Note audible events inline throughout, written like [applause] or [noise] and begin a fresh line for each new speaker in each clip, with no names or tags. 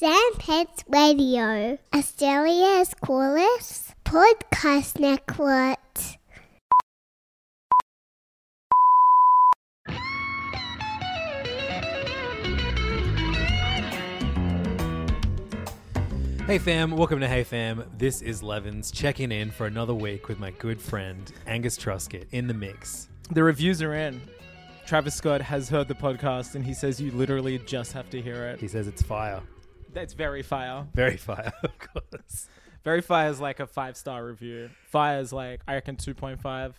Sandpants Radio, Australia's coolest podcast network.
Hey fam, welcome to Hey Fam. This is Levins checking in for another week with my good friend Angus Truscott in the mix.
The reviews are in. Travis Scott has heard the podcast and he says you literally just have to hear it.
He says it's fire,
That's very fire.
very [laughs] fire, of course.
Very fire is like a five star review. Fire is like I reckon two point five,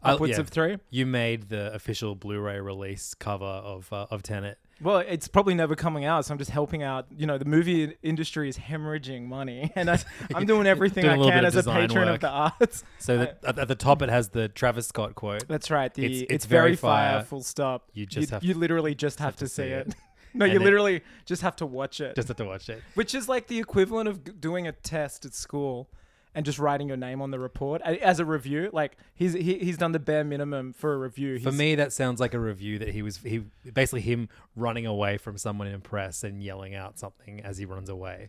I'll-
upwards
yeah.
of three.
You made the official Blu-ray release cover of uh, of Tenet.
Well, it's probably never coming out, so I'm just helping out. You know, the movie industry is hemorrhaging money, [laughs] and I, I'm doing everything
Doing a little bit
I can
of
as a
design
patron
work.
of the arts. [laughs]
So that, at, at the top it has the Travis Scott quote.
That's right. The,
It's-
it's,
it's
very
very
fire,
fire.
Full stop.
You just
you,
have-
you literally just have, to, see it. [laughs] no,
And
you
it-
literally just have to watch it.
Just have to watch it.
Which is like the equivalent of g- doing a test at school and just writing your name on the report a- as a review. Like he's he, he's done the bare minimum for a review. He's,
For me, that sounds like a review that he was he basically him running away from someone in press and yelling out something as he runs away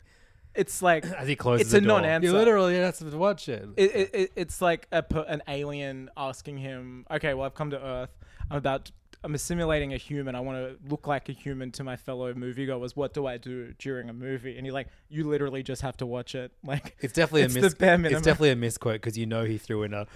it's like
as he closes.
It's
the
a
door.
non-answer.
You literally have to watch it.
it, it, it, it's like a, per- an alien asking him, "Okay, well, I've come to Earth. I'm about." I'm assimilating a human. I want to look like a human to my fellow moviegoers. What do I do during a movie? And you're like, you literally just have to watch it. Like,
It's definitely
it's
a mis-
the bare minimum.
It's definitely a misquote because you know he threw in a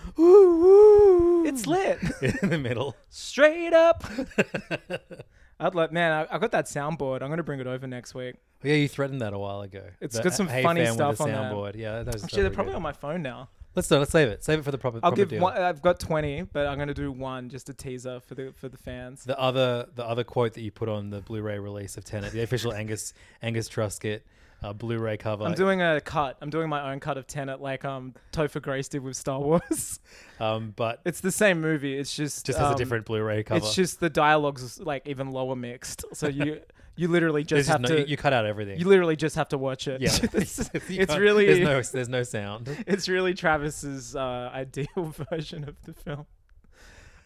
it's lit.
[laughs] in the middle.
straight up. [laughs] I'd like, man, I, I got that soundboard. I'm gonna bring it over next week.
Yeah, you threatened that a while ago.
It's
The
got some
Hey
funny
Fam with
stuff
the
on there.
soundboard. Yeah, that was
Actually, they're
really
probably
good.
on my phone now.
Let's do. it, Let's save it. Save it for the proper.
I'll
proper
give.
deal.
One, I've got 20, but I'm gonna do one just a teaser for the for the fans.
the other the other quote that you put on the Blu-ray release of Tenet, the official Angus Angus Truscott uh, Blu-ray cover.
I'm doing a cut. I'm doing my own cut of Tenet, like um Topher Grace did with Star Wars. [laughs]
um, but it
it's the same movie. It's just
just has a
um,
different Blu-ray cover.
It's just the dialogues is, like even lower mixed. So you you literally
There's
just have
no-
to
you, you cut out everything.
you literally just have to watch it.
yeah,
[laughs] it's,
[laughs] You
it's
can't-
really
there's no there's no sound.
it's really Travis's uh, ideal [laughs] version of the film.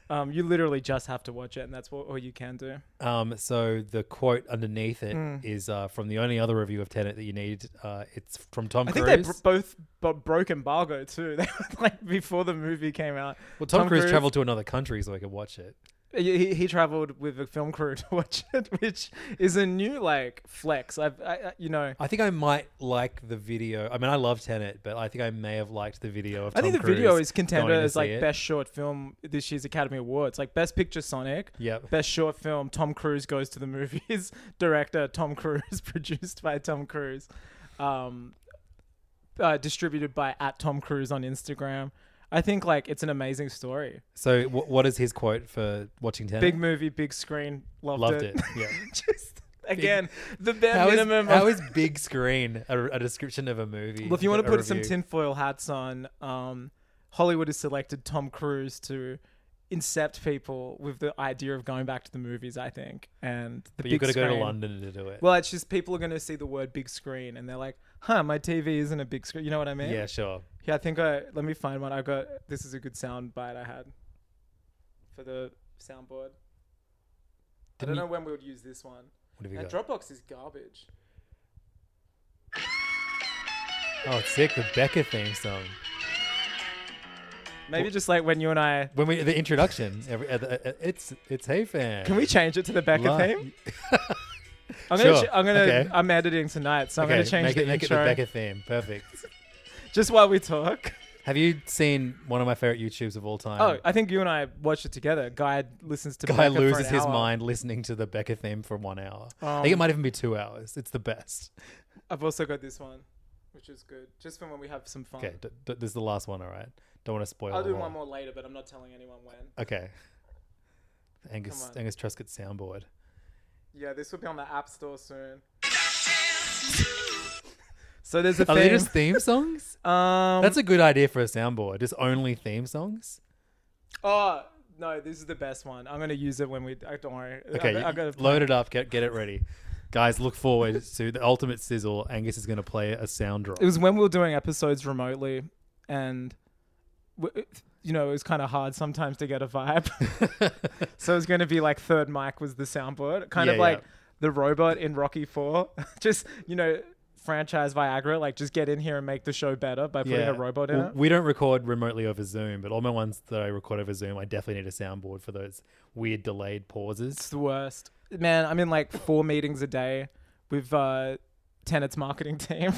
Um, you literally just have to watch it, and that's what, all you can do.
Um, so the quote underneath it is
Hmm.
uh, from the only other review of Tenet that you need. Uh, it's from Tom
I
Cruise.
think they br- both b- broke embargo too. [laughs] They were like before the movie came out.
well, Tom, Cruise, traveled to another country so he could watch it.
He, he traveled with a film crew [laughs] to watch it, which is a new like flex. I've, I, I- you know,
I think I might like the video. I mean, I love Tenet, but I think I may have liked the video of.
I think the
Tom
video
Cruise
is contender
going to
as
see
like
it.
best short film this year's Academy Awards, like best picture Sonic,
Yep.
best short film Tom Cruise goes to the movies, [laughs] director Tom Cruise, [laughs] produced by Tom Cruise, um, uh, distributed by at Tom Cruise on Instagram. I think like it's an amazing story.
So, w- what is his quote for watching Tenet?
Big movie, big screen, loved,
Loved it. Yeah.
[laughs] Just again the bare
How is,
minimum.
how
of-
is big screen a, a description of a movie?
[laughs] Well, if you want
a
to put some
review?
tinfoil hats on, um, Hollywood has selected Tom Cruise to incept people with the idea of going back to the movies. I think, and the
but you've got to
big
go to
screen-
London to do it.
Well, it's just people are going to see the word big screen, and they're like, "Huh, my TV isn't a big screen." You know what I mean?
yeah, sure.
Yeah, I think I let me find one. I got this is a good sound bite I had for the soundboard. I
Didn't
don't know
you-
when we would use this one.
What have you
And
got?
Dropbox is garbage.
oh, it's sick. The Becca theme song.
Maybe just like when you and I.
When we the introduction, every, uh, the, uh, it's it's hey fan.
Can we change it to the Becca
Li-
theme? I'm gonna.
Sure.
ch- I'm gonna.
Okay.
I'm editing tonight, so I'm gonna change
make
the
it, make
intro
it the Becca theme. Perfect.
just while we talk.
Have you seen one of my favorite YouTubes of all time?
Oh, I think you and I watched it together. Guy listens to.
guy
Becca for an
loses his
hour.
mind listening to the Becca theme for one hour. I think it
Um,
might even be two hours. It's the best.
I've also got this one, which is good, just for when we have some fun.
Okay, d- d- this is the last one. All right, don't want to spoil.
I'll
the
do
whole-
one more later, but I'm not telling anyone when.
Okay. Angus
on.
Angus Truscott soundboard.
Yeah, this will be on the App Store soon. [laughs] so there's a
Are they
theme.
just theme songs?
[laughs] um,
That's a good idea for a soundboard. Just only theme songs.
oh no, this is the best one. I'm gonna use it when we. I don't worry.
Okay,
I, I
you-
gotta
load it up. Get get it ready, guys. Look forward to the ultimate sizzle. Angus is going to play a sound drop.
it was when we were doing episodes remotely, and w- you know it was kind of hard sometimes to get
[laughs]
a vibe. [laughs] so it was going to be like third mic was the soundboard, kind of
Yeah,
like
yeah.
the robot in Rocky Four. [laughs] just you know, franchise Viagra, like just get in here and make the show better by putting a robot in
Well,
it.
We don't record remotely over Zoom, but all my ones that I record over Zoom, I definitely need a soundboard for those weird delayed
It's
pauses.
the worst. Man, I'm in like four meetings a day with uh Tenet's marketing [laughs] team.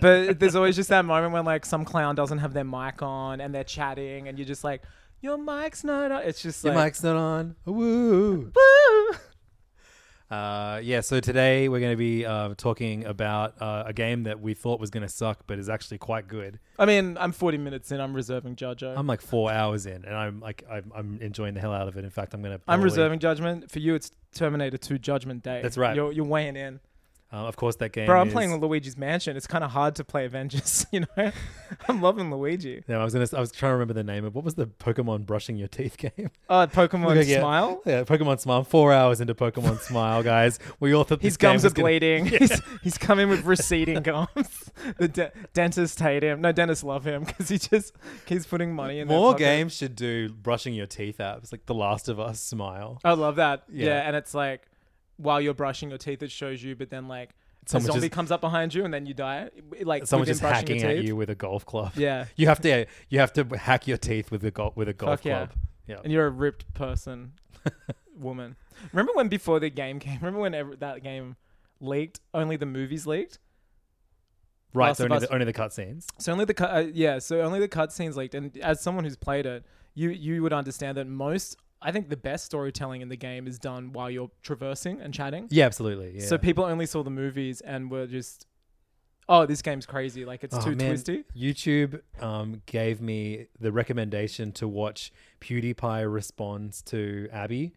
but there's always just that moment when like some clown doesn't have their mic on and they're chatting and you're just like, Your mic's not on it's just
Your
like
mic's not on. [laughs] Woo!
"Woo."
Uh, yeah, so today we're going to be uh, talking about uh, a game that we thought was going to suck, but is actually quite good.
I mean, I'm forty minutes in, I'm reserving Jojo. I'm,
I'm like four hours in, and I'm like I'm, I'm enjoying the hell out of it. In fact, I'm going to.
reserving judgment. For you it's Terminator two judgment day.
That's right.
You're you're weighing in.
Uh, of course, that game.
Bro, I'm
is-
playing Luigi's Mansion. It's kinda hard to play Avengers, [laughs] you know? I'm loving Luigi.
No, I was gonna. I was trying to remember the name of what was the Pokemon brushing your teeth [laughs] game.
Oh Pokemon
Okay, yeah.
Smile.
Yeah, Pokemon Smile. I'm Four hours into Pokemon Smile, guys. We all thought
His
this game
gums are
was gonna- [laughs]
bleeding. He's, he's come in with receding gums. [laughs] The de- dentist hate him. No, dentists love him [laughs] because he just keeps putting money in their
More
pocket.
games should do brushing your teeth apps, like The Last of Us Smile.
I love that.
Yeah.
Yeah. and it's like while you're brushing your teeth, it shows you, but then like
Someone
a zombie
just-
comes up behind you and then you die. Like
Someone
within
just
brushing
hacking
your
at
teeth.
you with a golf club. [laughs]
Yeah.
you have to. yeah, You have to hack your teeth with a golf with a golf
Fuck yeah.
club. Yeah.
and you're a
[laughs]
ripped person, woman. Remember when before the game came? [laughs] Remember when ever, that game leaked? Only the movies leaked.
right.
Last
So
of
only
Us-
the, only the cutscenes.
So only the cut, uh, yeah. So only the cutscenes leaked, and as someone who's played it, you you would understand that most, I think, the best storytelling in the game is done while you're traversing and chatting.
Yeah, absolutely. Yeah.
So people only saw the movies and were just, oh, this game's crazy. Like it's
Oh,
too
man.
twisty.
YouTube um, gave me the recommendation to watch PewDiePie responds to Abby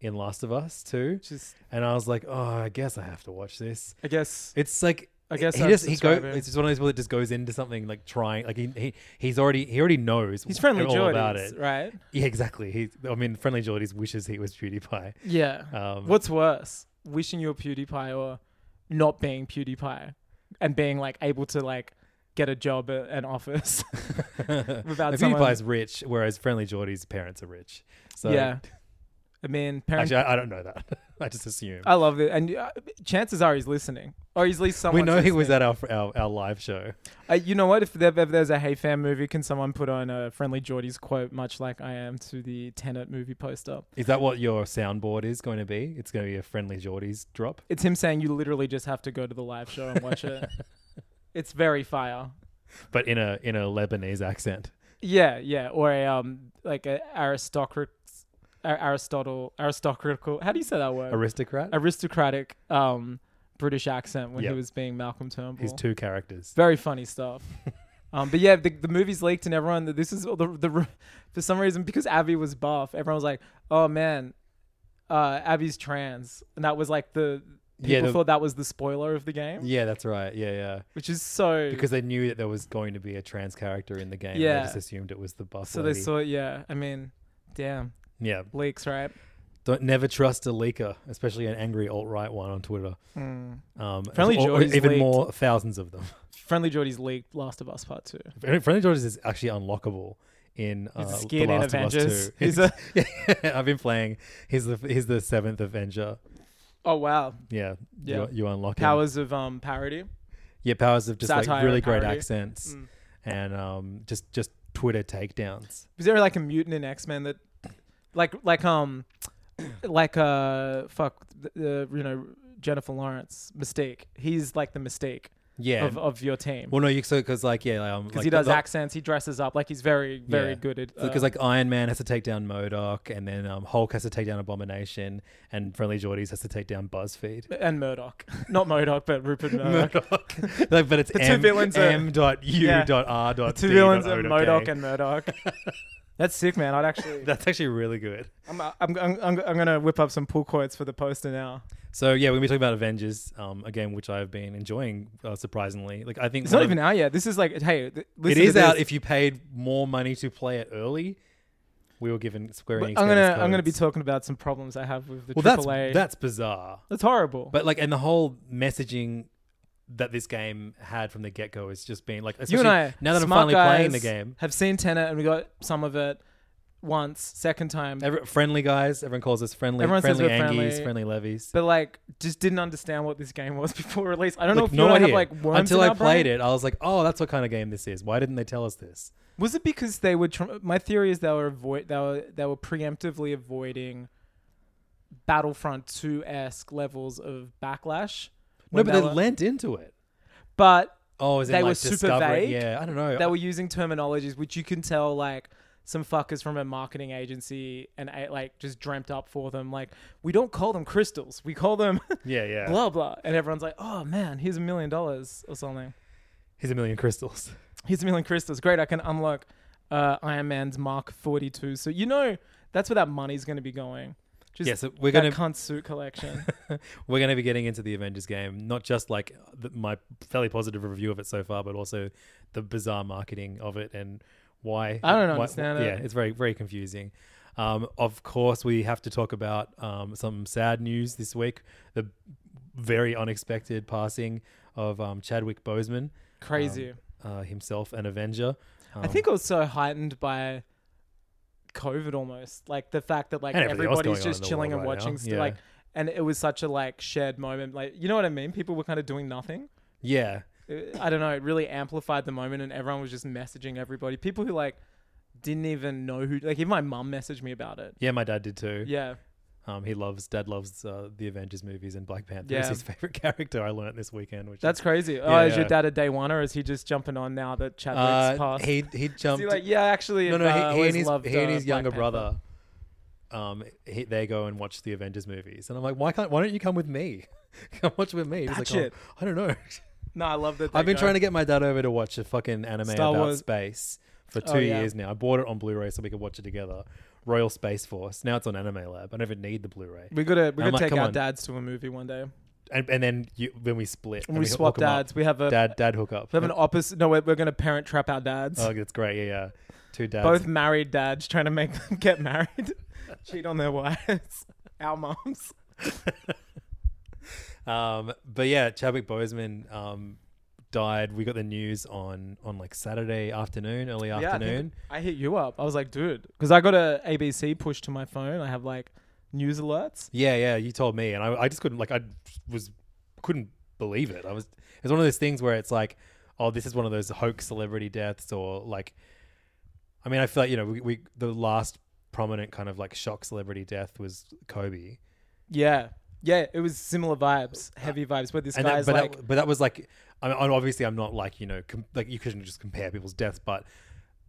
in Last of Us 2.
Just,
And I was like, oh, I guess I have to watch this.
I guess.
It's like
I guess
he
I'd
just he go.
subscribe in.
It's just one of those people that just goes into something like trying. Like he, he he's already he already knows
He's friendly
all
Geordies,
about it.
right?
Yeah, exactly. He I mean, friendly Geordie's wishes he was PewDiePie.
Yeah.
Um, [laughs]
What's worse, wishing you're PewDiePie or not being PewDiePie and being like able to like get a job at an office [laughs] without
Like,
someone-
PewDiePie's rich, whereas friendly Geordie's parents are rich. So
yeah. I mean, parents
actually, I, I don't know that. [laughs] I just assume.
I love it. And uh, chances are he's listening, or he's at least someone.
we know he was at our, our our live show.
Uh, you know what? If, there, if there's a Hey Fam movie, can someone put on a friendly Geordie's quote, much like I am to the Tenet movie poster?
Is that what your soundboard is going to be? It's going to be a friendly Geordie's drop.
It's him saying you literally just have to go to the live show and watch
[laughs]
it. It's very fire.
but in a in a Lebanese accent.
Yeah, yeah. Or a um like a aristocrat, a- Aristotle, aristocratical. How do you say that word?
Aristocrat.
Aristocratic um British accent when
Yep.
he was being Malcolm Turnbull.
His two characters.
Very funny
[laughs]
stuff. um, but yeah, the, the movie's leaked and everyone, this is all the, the, for some reason, because Abby was buff, everyone was like, oh man, uh, Abby's trans. And that was like the, people
Yeah, the-
thought that was the spoiler of the game,
Yeah, that's right. Yeah, yeah.
which is so,
Because they knew that there was going to be a trans character in the game. They
Yeah.
just assumed it was the buff.
so they
lady.
saw, yeah, I mean, damn,
Yeah.
leaks, right?
Don't never trust a leaker, especially an angry alt right one on Twitter. Um,
Hmm. Friendly
or- or
Geordie's
even
leaked.
more thousands of them.
Friendly Geordie's leaked Last of Us Part 2.
Friendly George's is actually unlockable in uh,
He's a
The
skin in
Last of Us
Avengers.
Two. [laughs]
He's a,
I've been playing. He's the he's the seventh Avenger.
oh wow,
Yeah,
Yeah.
You, you unlock him.
powers of um parody.
Yeah, powers of just like
Satire
really
and
great
parody. Mm.
accents and um, just just Twitter takedowns.
Was there like a mutant in X Men that, like, like um, like uh, fuck, the, the you know, Jennifer Lawrence Mystique. He's like the Mystique
Yeah.
of, of your team because
well, no, you so because like yeah, like, um, like,
he does uh,
the-
accents. He dresses up like he's very very
Yeah.
good at.
because like Iron Man has to take down Modoc, and then um, Hulk has to take down Abomination, and Friendly Geordies has to take down BuzzFeed.
and Murdoch, [laughs] not Murdoch, but
[laughs]
Rupert [laughs] Murdoch.
Murdoch, like, but it's
The two
M,
villains are-
M dot U
Yeah.
dot R dot
Two
D
villains
dot O
are
dot K.
Modoc and Murdoch.
[laughs]
That's sick, man. I'd actually.
That's actually really good.
I'm, uh, I'm, I'm, I'm, I'm gonna whip up some pull quotes for the poster now.
So yeah, we're gonna be talking about Avengers, um, a game which I've been enjoying uh, surprisingly. Like I think
It's not
one of-
even out yet. This is like, hey, th-
It
listen to
is out
this.
if you paid more money to play it early. We were given Square
But
Enix.
I'm gonna
guidance
I'm gonna be
codes.
talking about some problems I have with the
well, that's
AAA.
that's bizarre.
That's horrible.
But like, and the whole messaging that this game had from the get go is just being like,
you and
especially
I,
now that I'm
smart
finally playing the
guys,
game.
have seen Tenet and we got some of it once, second time,
Every, friendly guys, everyone calls us friendly.
Everyone says
friendly
we're
Angies,
friendly.
friendly, levies.
but like just didn't understand what this game was [laughs] before release. I don't know
Like,
if you and I have like worms
until
in
I
our
played
brain.
it, I was like, oh, that's what kind of game this is. Why didn't they tell us this?
Was it because they were? Tr- my theory is they were avoid they were they were preemptively avoiding Battlefront two esque levels of backlash.
No,
when
but they
were-
lent into it.
But
Oh, is
They
like
were super
discovery?
vague.
Yeah, I don't know.
they were using terminologies which you can tell like some fuckers from a marketing agency and a- like just dreamt up for them like we don't call them crystals we call them [laughs]
yeah, yeah.
blah blah and everyone's like oh man here's a million dollars or something
Here's a million crystals. [laughs]
here's a million crystals great i can unlock uh, iron man's mark 42 so you know that's where that money's going to be going just
Yeah, so we're
that
gonna-
cunt suit
[laughs]
collection
We're going to be getting into the Avengers game, not just like the, my fairly positive review of it so far, but also the bizarre marketing of it and why.
I don't
why-
understand it.
Yeah, it's very very confusing. Um, of course, we have to talk about um, some sad news this week: the very unexpected passing of um, Chadwick Boseman,
crazy
uh, himself an Avenger. Um,
i think it was so heightened by covid almost like the fact that like
And everything else
everybody's
going on in
just
the
chilling and
world right
watching
now,
st-
yeah.
like and it was such a like shared moment like you know what i mean people were kind of doing nothing
yeah,
It- I don't know, it really amplified the moment and everyone was just messaging everybody. People who like didn't even know who like even my mum messaged me about it.
yeah, my dad did too.
Yeah.
Um, he loves dad loves uh, the Avengers movies and Black Panther
Yeah.
is his [laughs] favorite character. I learnt this weekend, which
That's
is,
crazy. oh,
Yeah,
is your
yeah.
dad a day one or is he just jumping on now that Chadwick's
uh,
passed?
he he
Is
jumped.
he like, yeah, actually,
no,
if,
no,
uh, I
he, he
always
and his,
loved,
he and
uh,
his
Black
younger
Panther.
brother, um, he, they go and watch the Avengers movies, and I'm like, why can't why don't you come with me? [laughs] come watch with me. He's
Batch
like, oh,
it.
I don't know. [laughs]
No, I love that.
I've been trying to get my dad over to watch a fucking anime
Star
about
Wars.
space for two
Oh, yeah.
years now. I bought it on Blu-ray so we could watch it together. Royal Space Force. Now it's on Anime Lab. I never need the Blu-ray.
We gotta we
I'm
gotta
like,
take
come
our
on.
dads to a movie one day.
And, and then you, when we split,
When
and
we
hook
swap
'em up.
dads, we have a
dad dad hook up.
we have an opposite. No, we're, we're gonna parent trap our
[laughs]
dads.
oh, that's great. Yeah, yeah. Two dads.
Both married dads trying to make them [laughs] get married, cheat on their wives. [laughs] Our moms.
Um, but yeah, Chadwick Boseman um, died. We got the news on on like Saturday afternoon, early
Yeah, I think
afternoon.
I hit you up. I was like, dude, because I got a ABC push to my phone. I have like news alerts.
Yeah, yeah. You told me, and I, I just couldn't like I was couldn't believe it. I was it's one of those things where it's like, oh, this is one of those hoax celebrity deaths, or like, I mean, I feel like you know we, we the last prominent kind of like shock celebrity death was Kobe.
Yeah, yeah. It was similar vibes, heavy vibes. Where this
and
guy's
that, but,
like,
that, but that was like I mean, and obviously I'm not like you know com- like you couldn't just compare people's deaths but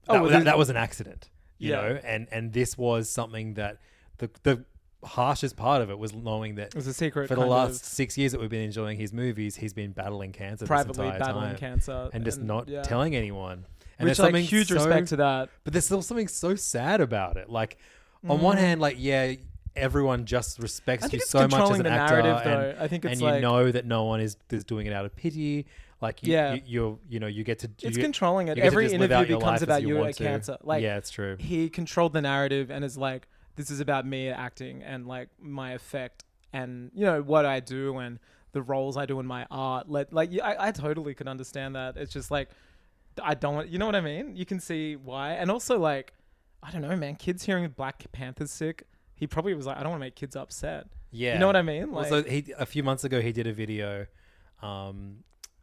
Oh,
that,
well,
that,
the-
that was an accident you
Yeah.
know and and this was something that the the harshest part of it was knowing that
it was a secret
for the
kind
last
of
six years that we've been enjoying his movies he's been battling cancer
privately
this entire
battling
time
cancer
and just not
yeah.
telling anyone and
Which
there's
like
something
huge
so-
respect to that.
but there's still something so sad about it like on one hand like yeah everyone just
Mm. I
respects
think
you
it's
so much as
controlling
an
the
actor
narrative,
and-
though. I think it's
and
like
you know that no one is, is doing it out of pity. Like you,
Yeah.
you, you're, you know, you get to. You
it's
get,
controlling
you
it.
get to
Every
just live
interview
out your life
becomes
as
about
you
you
want
at
to.
cancer. Like
yeah, it's true.
he controlled the narrative and is like, this is about me acting and like my effect and you know what I do and the roles I do in my art. Let like yeah, I, I totally could understand that. It's just like I don't want you know what I mean. You can see why and also like I don't know, man. Kids hearing Black Panther's sick. He probably was like, I don't want to make kids upset.
Yeah,
You know what I mean? Like,
Like, also, he a few months ago he did a video. Um,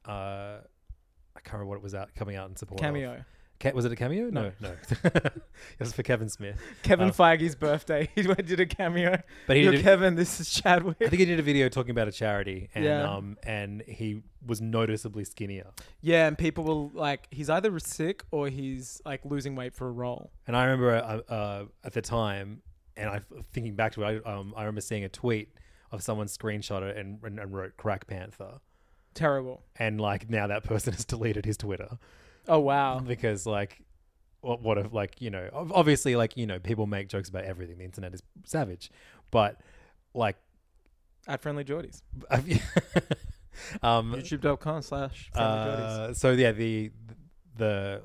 uh, I can't remember what it was out coming out in support. of.
cameo.
Ca- was it a cameo? No, no. [laughs] it was for Kevin Smith.
Kevin
Um,
Feige's birthday. [laughs] He went- did a cameo.
But he
You're
did-
Kevin. This is Chadwick.
I think he did a video talking about a charity, and
Yeah.
um, and he was noticeably skinnier.
yeah, and people were like, he's either sick or he's like losing weight for a role.
And I remember uh, uh, at the time, and I thinking back to it, I, um, I remember seeing a tweet of someone screenshot it and, and, and wrote "Crack Panther,"
Terrible.
and like now that person has deleted his Twitter
Oh wow.
because like. What, what if like you know ob- obviously like you know people make jokes about everything the internet is savage but like [laughs]
At friendly Geordies.
um
YouTube.com slash friendly Geordies.
Uh, so yeah, the the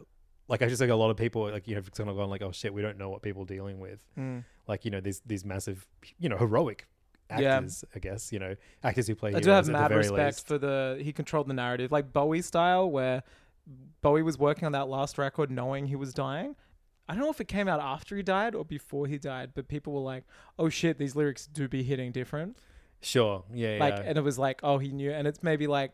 like I just think a lot of people like you know have kind of gone like oh shit we don't know what people are dealing with
Mm.
like you know these these massive you know heroic
Yeah.
actors I guess you know actors who play
I
heroes
do have
at
mad
the very
respect
least.
for the he controlled the narrative, like Bowie style, where Bowie was working on that last record knowing he was dying. I don't know if it came out after he died or before he died, but people were like, "Oh shit, these lyrics do be hitting different."
sure yeah
Like,
yeah.
and it was like, "Oh, he knew," and it's maybe like,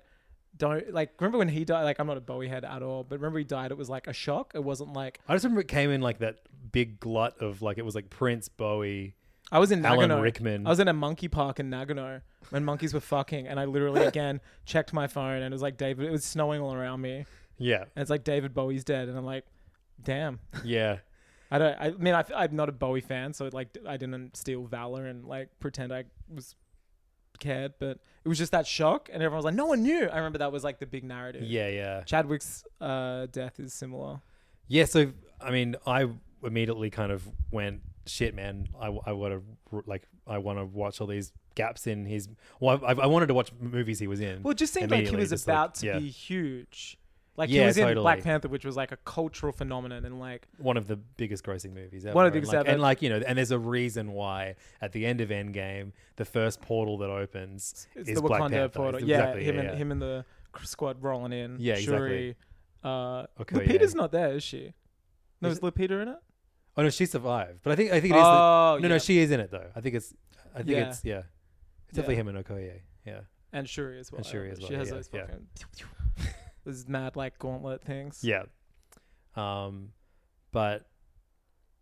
"Don't like." Remember when he died? Like, I'm not a Bowie head at all, but remember he died. It was like a shock. It wasn't like
I just remember it came in like that big glut of like it was like Prince Bowie
I was in
Alan
Nagano.
Rickman.
I was in a monkey park in Nagano when monkeys were fucking, and I
[laughs]
literally again checked my phone, and it was like David. It was snowing all around me.
yeah
and it's like David Bowie's dead, and I'm like, damn.
yeah
I don't. I mean, I, I'm not a Bowie fan, so like I didn't steal valor and like pretend I was cared, but it was just that shock, and everyone was like, no one knew. I remember that was like the big narrative.
yeah yeah
Chadwick's uh, death is similar.
Yeah, so I mean, I immediately kind of went, "Shit, man! I, I want to like I want to watch all these gaps in his." Well, I, I wanted to watch movies he was in.
Well, it just seemed like he
immediately,
was
just
about
like,
to
yeah,
be huge. Like he
Yeah,
was in
totally.
Black Panther, which was like a cultural phenomenon, and like
one of the biggest grossing movies. Ever.
One of the
and,
biggest
like,
ever.
and like you know, and there's a reason why at the end of Endgame, the first portal that opens
it's
is
the
Black
Wakanda
Panther.
portal.
It's
Yeah,
exactly,
him
yeah,
and
yeah.
him and the cr- squad rolling in.
Yeah,
Shuri.
exactly.
Uh,
Okay,
Lupita's
yeah.
not there, is she? No,
Is
is, Lupita in it?
Oh no, she survived. But I think I think it is.
Oh,
the, no,
yeah.
no, she is in it though. I think it's. I think
Yeah.
it's yeah. It's definitely
Yeah.
him and Okoye. Yeah.
And Shuri as well.
And Shuri as
She
well,
has
yeah,
those
yeah.
fucking [laughs] those mad like gauntlet things.
Yeah. Um, but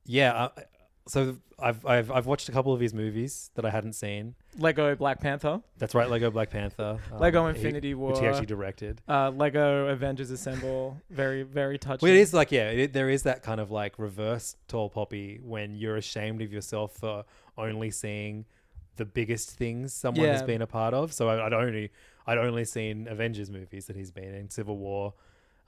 yeah, I, so I've, I've I've watched a couple of his movies that I hadn't seen.
Lego Black Panther.
That's right, Lego Black Panther, um,
Lego
he-
Infinity
which he
War.
actually directed.
Uh, Lego Avengers Assemble. Very very touching.
Well, it is like yeah, it, there is that kind of like reverse tall poppy when you're ashamed of yourself for only seeing the biggest things someone has
Yeah.
been a part of. So I, I'd only I'd only seen Avengers movies that he's been in: Civil War,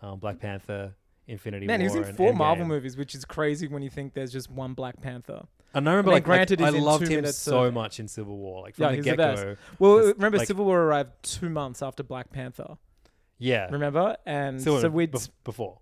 um, Black Panther, Infinity
Man, he
War.
was in
and
four
Endgame.
Marvel movies, which is crazy when you think there's just one Black Panther.
And I remember,
And
like,
then granted,
like,
he's
I
in
loved
two
him
minutes
so
of-
much in Civil War, like from
Yeah,
the
he's the
get
best.
go.
Well,
That's,
remember
like-
Civil War arrived two months after Black Panther.
Yeah,
Remember? And
Civil
so
War
we'd
bef- before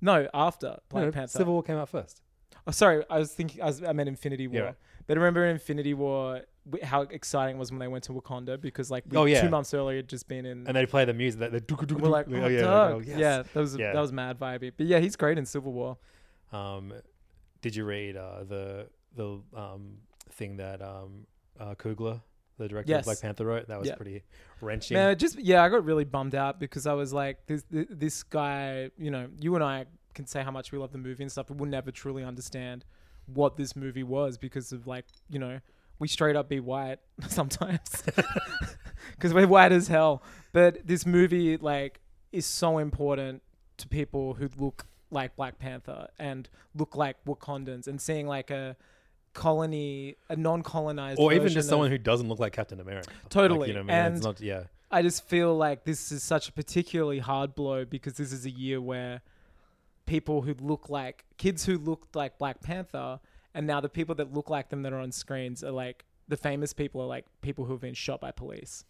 no after Black
No,
Panther.
Civil War came out first.
Oh, sorry, I was thinking I, was, I meant Infinity War.
Yeah, right.
But remember Infinity War, w- how exciting it was when they went to Wakanda because like we,
Oh, yeah.
two months earlier had just been in.
And they play the music. That the doo-doo-doo-doo.
we're like, oh,
yeah, like,
dog.
oh, yes.
yeah, that was
Yeah.
that was mad vibey. But yeah, he's great in Civil War.
Um, did you read uh, the the um, thing that um, uh, Kugler, the director
Yes.
of Black Panther, wrote? That was
Yeah.
pretty wrenching.
Man, it just yeah, I got really bummed out because I was like, this th- this guy, you know, you and I can say how much we love the movie and stuff, but we'll never truly understand what this movie was because of like, you know, we straight up be white [laughs]
[laughs]
sometimes [laughs] because we're white as hell. But this movie like is so important to people who look like Black Panther and look like Wakandans and seeing like a colony, a non-colonized,
or even
version
just
of-
someone who doesn't look like Captain America.
Totally.
Like, you know, what I mean?
And-
it's not, yeah,
I just feel like this is such a particularly hard blow because this is a year where people who look like kids who looked like Black Panther, and now the people that look like them that are on screens are like the famous people are like people who have been shot by police.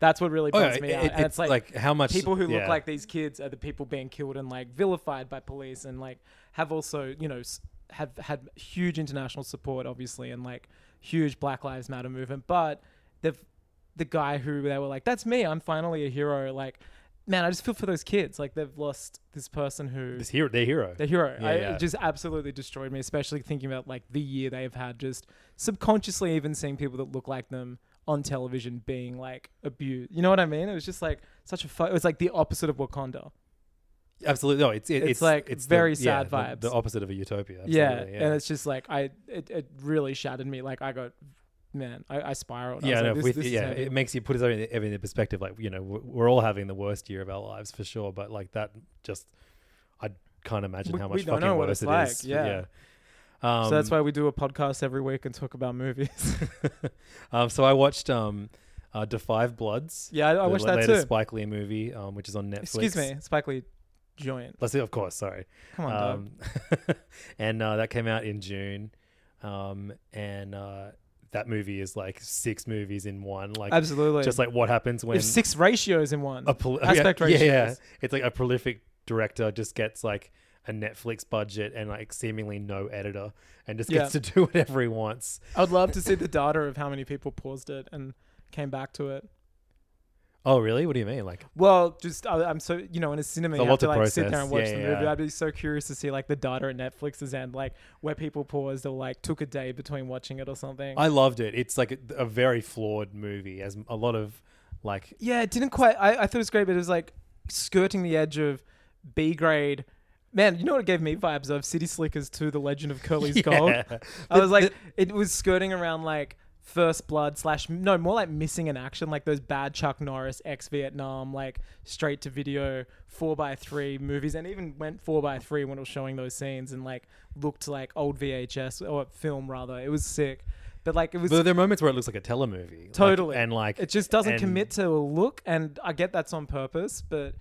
That's what really
Oh,
bums
yeah,
me
it-
out.
it-
and
it's like how much-
people who look
yeah.
like these kids are the people being killed and like vilified by police and like have also you know s- have had huge international support obviously and like huge Black Lives Matter movement, but the the guy who they were like, "That's me. I'm finally a hero." Like, man, I just feel for those kids. Like they've lost this person who
this hero, their hero.
the hero.
Yeah,
I,
yeah.
It just absolutely destroyed me, especially thinking about like the year they have had. Just subconsciously, even seeing people that look like them on television being like abused. You know what I mean? It was just like such a. Fu- it was like the opposite of Wakanda.
Absolutely. No, it's it,
It's,
it's,
like,
it's the-
very
yeah,
sad
the-
vibes.
The, opposite of a utopia.
yeah,
absolutely,
and it's just like I, it, it really shattered me. Like I got, man, I, I spiraled. I
yeah,
was
no,
like, this-
with,
this is
yeah,
heavy.
it makes you put everything, everything in perspective. Like you know, we're we're all having the worst year of our lives for sure, but like that, just I can't imagine
We-
how
we
much
don't
fucking
know what
worse
it's
it
like,
is.
yeah.
yeah. Um,
so that's why we do a podcast every week and talk about movies.
[laughs]
[laughs]
um, so I watched um, uh, Defy Bloods.
yeah, I, I
the
watched
la-
that
latest
too.
Spike Lee movie, um, which is on Netflix.
Excuse me, Spike Lee joint.
Let's see, of course. Sorry.
Come on, dog.
Um, [laughs] and uh, that came out in June, um, and uh, that movie is like six movies in one. Like
Absolutely.
just like what happens when
if six ratios in one
a [laughs] pol-
aspect
yeah, yeah,
ratios.
yeah. It's like a prolific director just gets like a Netflix budget and like seemingly no editor and just gets
Yeah.
to [laughs] do whatever he wants.
I would love to see the data of how many people paused it and came back to it.
Oh, really? What do you mean? Like,
Well, just I, I'm so you know in a cinema
It's a
you
lot
have to
to
like sit there
process.
and watch
Yeah,
the
yeah,
movie.
yeah.
I'd be so curious to see like the data at Netflix's end, like where people paused or like took a day between watching it or something.
I loved it. It's like a, a very flawed movie, as a lot of like
yeah, it didn't quite. I, I thought it was great, but it was like skirting the edge of B grade. Man, you know what it gave me vibes of City Slickers to The Legend
[laughs]
of Curly's Gold.
Yeah.
I was like, it was skirting around like First Blood slash no, more like Missing in Action, like those bad Chuck Norris ex Vietnam, like straight to video four x three movies, and even went four x three when it was showing those scenes, and like looked like old VHS or film rather. It was sick, but like it was
But there are moments where it looks like a telemovie. Like-
Totally.
and like
it just doesn't
and-
commit to a look, and I get that's on purpose, but.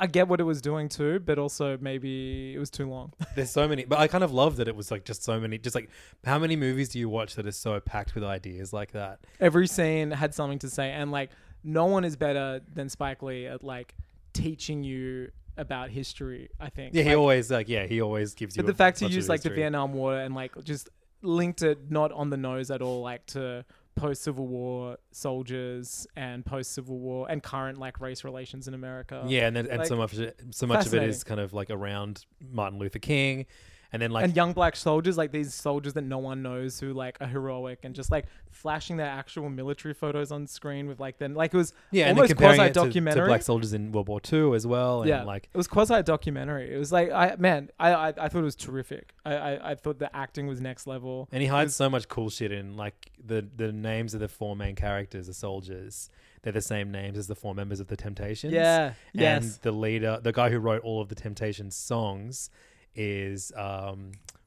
I get what it was doing too, but also maybe it was too long. [laughs]
There's so many, but I kind of love that it was like just so many. Just like how many movies do you watch that are so packed with ideas like that?
every scene had something to say and like no one is better than spike lee at like teaching you about history i think
Yeah, he
Like,
always like yeah he always gives you.
but the
a-
fact he
lots of
used like the
history.
vietnam war and like just linked it not on the nose at all like to post civil war soldiers and post civil war and current like race relations in america
Yeah, and then, and so much so much of it is
fascinating.
kind of like around Martin Luther King, and then like
and young black soldiers, like these soldiers that no one knows who like are heroic and just like flashing their actual military photos on screen with like then like it was
yeah, and then
almost
comparing
quasi
it to, to
documentary.
black soldiers in World War Two as well, and
yeah,
like
it was quasi documentary. It was like I man, I, I I thought it was terrific. I I, I thought the acting was next level.
and he hides so much cool shit in like the the names of the four main characters, the soldiers. They're the same names as the four members of the Temptations.
Yeah,
and
yes.
the leader, the guy who wrote all of the Temptations songs, is um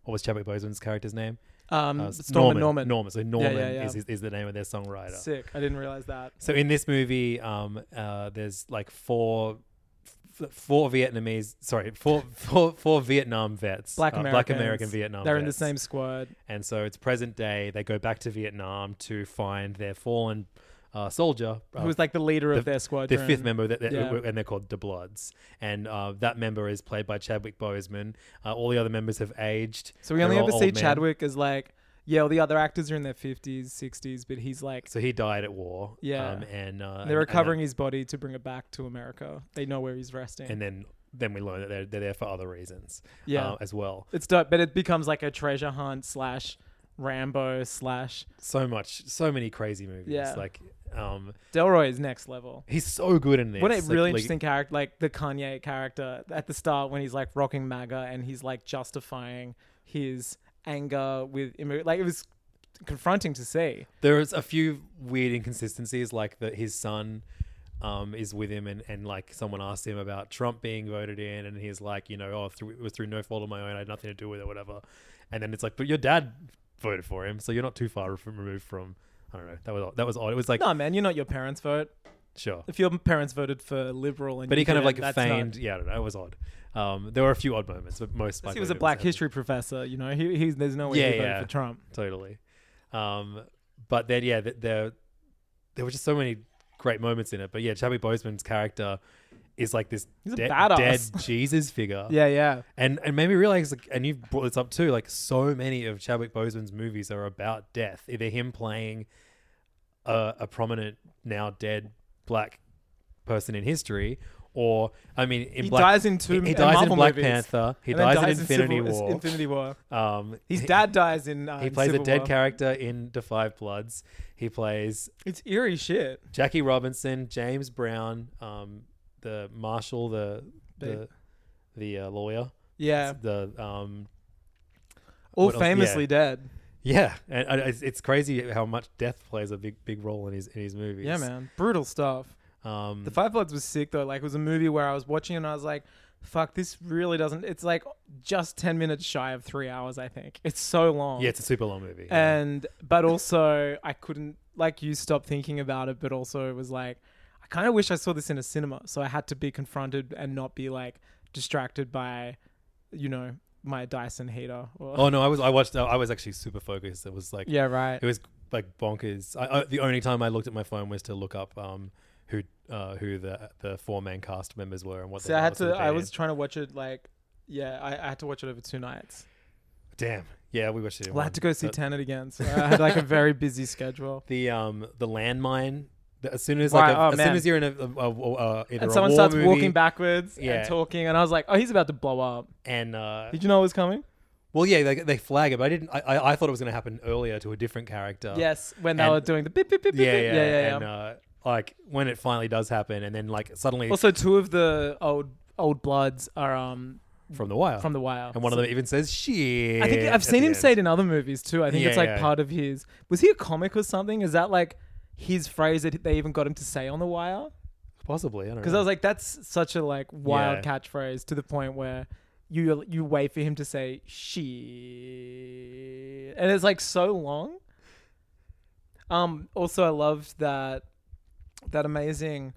what was Chadwick Boseman's character's name?
Um,
Uh,
Storm and Norman.
Norman. So Norman
yeah.
Is, is is the name of their songwriter.
sick. I didn't realize that.
So in this movie, um, uh, there's like four, f- four Vietnamese, sorry, four, four, four Vietnam vets,
Black
uh,
American,
black American Vietnam.
They're in the
vets.
same squad.
And so it's present day. They go back to Vietnam to find their fallen uh, soldier,
who was like the leader of their squad?
the fifth member, that, that-
Yeah.
and they're called the Bloods. And uh, that member is played by Chadwick Boseman. Uh, all the other members have aged.
So we
They're
only
all
ever
old
see
men.
Chadwick as like yeah. All the other actors are in their fifties, sixties, but he's like
So he died at war.
Yeah.
um, and uh,
they're
and- and-
recovering his body to bring it back to America. They know where he's resting.
and then then we learn that they're, they're there for other reasons
Yeah.
uh, as well
it's dope, but it becomes like a treasure hunt slash Rambo slash
so much so many crazy movies
Yeah.
like um
Delroy is next level.
he's so good in this
What a
Like-
really
like-
interesting character, like the Kanye character at the start when he's like rocking MAGA and he's like justifying his anger with immigrant. Like it was confronting to see.
there's a few weird inconsistencies like that his son um, is with him and, and like someone asked him about Trump being voted in and he's like you know oh through, it was through no fault of my own I had nothing to do with it whatever and then it's like but your dad voted for him so you're not too far from, removed from I don't know that was that was odd it was like
No, man, you're not your parents' vote.
sure
If your parents voted for liberal and
but
you
he kind of like
didn't, that's
feigned.
not-
Yeah, I don't know. It was odd. Um, there were a few odd moments, but most.
He
Spike
was a
Lee
black
happy.
history professor, you know. He, he's there's no way
Yeah,
he voted
yeah.
for Trump.
Totally. Um, but then yeah, th- there there were just so many great moments in it. But yeah, Chadwick Boseman's character is like this
He's a
de-
badass.
dead Jesus figure.
[laughs] Yeah, yeah.
And and made me realize like, and you brought this up too. Like so many of Chadwick Boseman's movies are about death. Either him playing a, a prominent now dead black person in history. Or I mean, in
He
Black,
dies in two
he, he
uh,
dies
Marvel
in Black
movies.
Panther. He
And then
dies, in Infinity
Civil-
War.
Infinity War.
um,
His
[laughs] he-
dad dies in. Uh,
He
in
plays
Civil
a dead
War.
character in Defy Bloods. He plays
It's eerie shit.
Jackie Robinson, James Brown, um, the marshal, the
Babe.
the the uh, lawyer.
Yeah.
The um,
All
what else? Yeah.
famously dead.
yeah, and I- it's, it's crazy how much death plays a big big role in his in his movies.
Yeah, man. Brutal stuff.
Um,
The Five Bloods was sick though. Like it was a movie where I was watching it and I was like, fuck, this really doesn't it's like just ten minutes shy of three hours, I think. It's so long.
yeah, it's a super long movie. yeah.
and but also I couldn't like you stop thinking about it, but also it was like I kind of wish I saw this in a cinema, so I had to be confronted and not be like distracted by, you know, my Dyson heater. Or,
oh no, I was I watched. I was actually super focused. It was like
[laughs] yeah, right.
it was like bonkers. I, I, the only time I looked at my phone was to look up um, who uh, who the the four man cast members were and what.
so
they
I had
what sort
to.
of
I
band.
was trying to watch it like, yeah, I, I had to watch it over two nights.
damn. Yeah, we watched it. in
Well, I
one.
had to go see
But
Tenet again, so I had like a
[laughs]
very busy schedule.
the um the landmine. the- As soon as
Right,
like a,
oh,
as
man.
soon as you're in a, a, a, a, a either
And
a
someone
war
starts
movie
walking backwards
Yeah.
and talking, and I was like, "Oh, he's about to blow up."
and uh,
Did you know it was coming?
well yeah they, they flag it but I didn't I, I, I thought it was going to happen earlier to a different character
Yes, when they
Oh. And-
were doing the beep beep beep beep.
yeah yeah
beep. yeah, yeah, yeah.
and uh, like when it finally does happen and then like suddenly
Also, two of the old old bloods are um
from the wire
from the wire,
and one of them even says shit
I think
at
I've seen
the
him
end.
say it in other movies too. I think it's
Yeah,
like
yeah.
part of his. Was he a comic or something? Is that like his phrase that they even got him to say on the wire?
possibly I don't know
Because I was like, that's such a like wild
Yeah.
catchphrase to the point where you you wait for him to say she, and it's like so long. Um. Also, I loved that that amazing,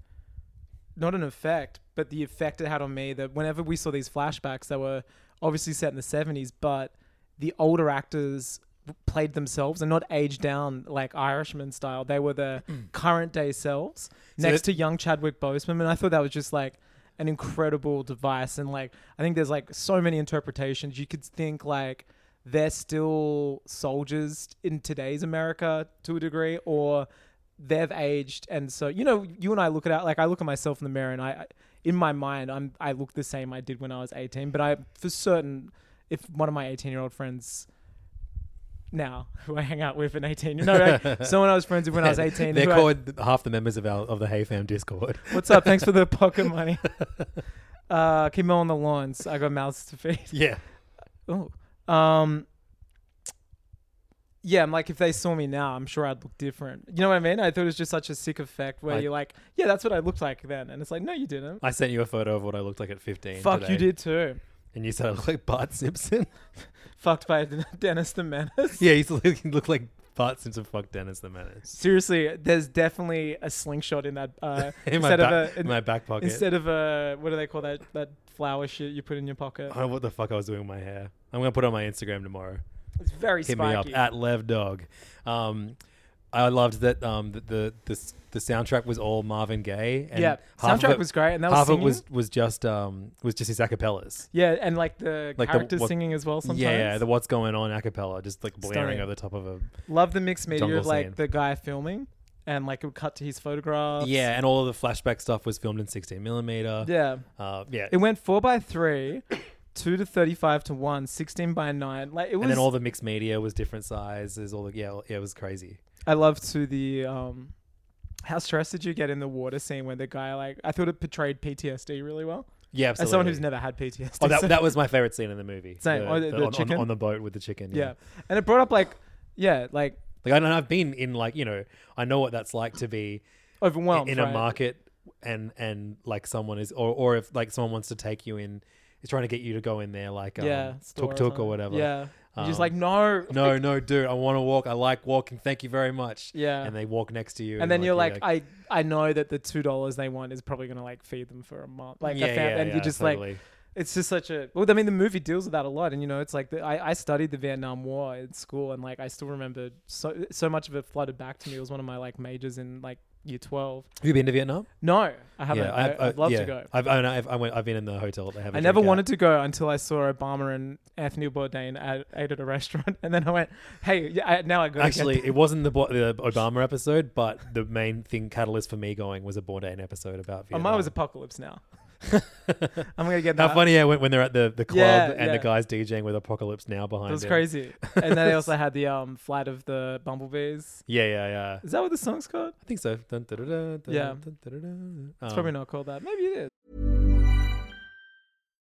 not an effect, but the effect it had on me. That whenever we saw these flashbacks, that were obviously set in the seventies, but the older actors played themselves and not aged down like Irishman style. They were the current day selves next
that-
to young Chadwick Boseman, and I thought that was just like an incredible device. And like, I think there's like so many interpretations. You could think like they're still soldiers in today's America to a degree, or they've aged. And so, you know, you and I look at out like I look at myself in the mirror, and I, I- in my mind, I'm I look the same I did when I was 18. But I, for certain, if one of my 18 year old friends now [laughs] who I hang out with an 18, no, like,
[laughs]
someone I was friends with when I was 18,
They're
who I-
called half the members of our of the HeyFam Discord. [laughs]
What's up? Thanks for the pocket money. Uh, keep mowing the lawns. I got mouths to feed.
yeah,
Oh, um, yeah. I'm like, if they saw me now, I'm sure I'd look different. You know what I mean? I thought it was just such a sick effect where
I-
you're like, yeah, that's what I looked like then, and it's like, no, you didn't.
I sent you a photo of what I looked like at fifteen.
Fuck,
today,
you did too.
and you said I look like Bart Simpson.
Fucked by [laughs] Dennis the Menace.
yeah, you used to [laughs] look, you look like Bart Simpson. Fuck Dennis the Menace. [laughs]
Seriously, there's definitely a slingshot in that. Uh,
In my
instead
back,
of a
in my back pocket.
instead of a what do they call that that flower shit you put in your pocket?
I don't know what the fuck I was doing with my hair. I'm gonna put it on my Instagram tomorrow.
It's very
Hit me
spiky.
up at Lev Dog. Um, I loved that um, the, the the s- the soundtrack was all Marvin Gaye. And
yeah,
half of
soundtrack
it-
was great, and that was
half of
singing.
it was was just um was just his acapellas.
yeah, and like the
Like the
characters
what-
singing as well. Sometimes,
Yeah, the what's going on acapella, just like blaring
Stunning.
over the top of a
love the mixed media
jungle
of like
scene.
the guy filming, and like it would cut to his photographs.
Yeah, and all of the flashback stuff was filmed in 16 millimeter.
yeah.
Uh, yeah.
It went four by three, two to thirty-five to one, 16 by nine. Like it was.
and then all the mixed media was different sizes. All the yeah, all- yeah, it was crazy.
I love to the um. How stressed did you get in the water scene when the guy like I thought it portrayed PTSD really well
Yeah,
as someone
absolutely.
who's never had PTSD.
Oh, that,
so-
that was my favorite scene in the movie.
Same. Oh, the- the
on- on,
chicken?
on, the boat with the chicken. Yeah.
[laughs] yeah, and it brought up like yeah like
Like I know I've been in like you know I know what that's like to be
overwhelmed
in
right?
a market and and like someone is or or if like someone wants to take you in, is trying to get you to go in there like um,
yeah store
tuk tuk or
something.
whatever.
Yeah, You're just
Um,
like no
No, no, dude, I want to walk. I like walking. Thank you very much.
Yeah.
And they walk next to you.
and then you're like, I, I know that the two dollars they want is probably gonna like feed them for a month. Like, I found, and you're just like,
totally.
it's just such a. Well, I mean, the movie deals with that a lot, and you know, it's like the, I, I studied the Vietnam War in school, and like I still remember so so much of it flooded back to me. It was one of my like majors in like year twelve.
Have you been to Vietnam?
No, I haven't. I,
I've- uh,
I, would love
yeah.
to go.
I've, I know, I've, I went, I've been in the hotel. They have. a
I never
drink at.
wanted to go until I saw Obama and Anthony Bourdain at, ate at a [laughs] restaurant, and then I went, "Hey, yeah, I, now I got
Actually, it wasn't the, Bo- the Obama episode, but the main thing catalyst for me going was a Bourdain episode about
[laughs] Oh,
Vietnam.
mine was Apocalypse Now. [laughs] I'm gonna get that.
How funny yeah, when, when they're at the, the club
Yeah,
and
yeah.
the guy's DJing with Apocalypse Now behind
It was
him.
crazy. and then
[laughs]
they also had the um flight of the bumblebees.
Yeah, yeah, yeah.
Is that what the song's called?
I think so. Dun, da, da, da, dun,
Yeah.
dun, da, da, da. Um,
It's probably not called that. Maybe it is.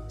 a-"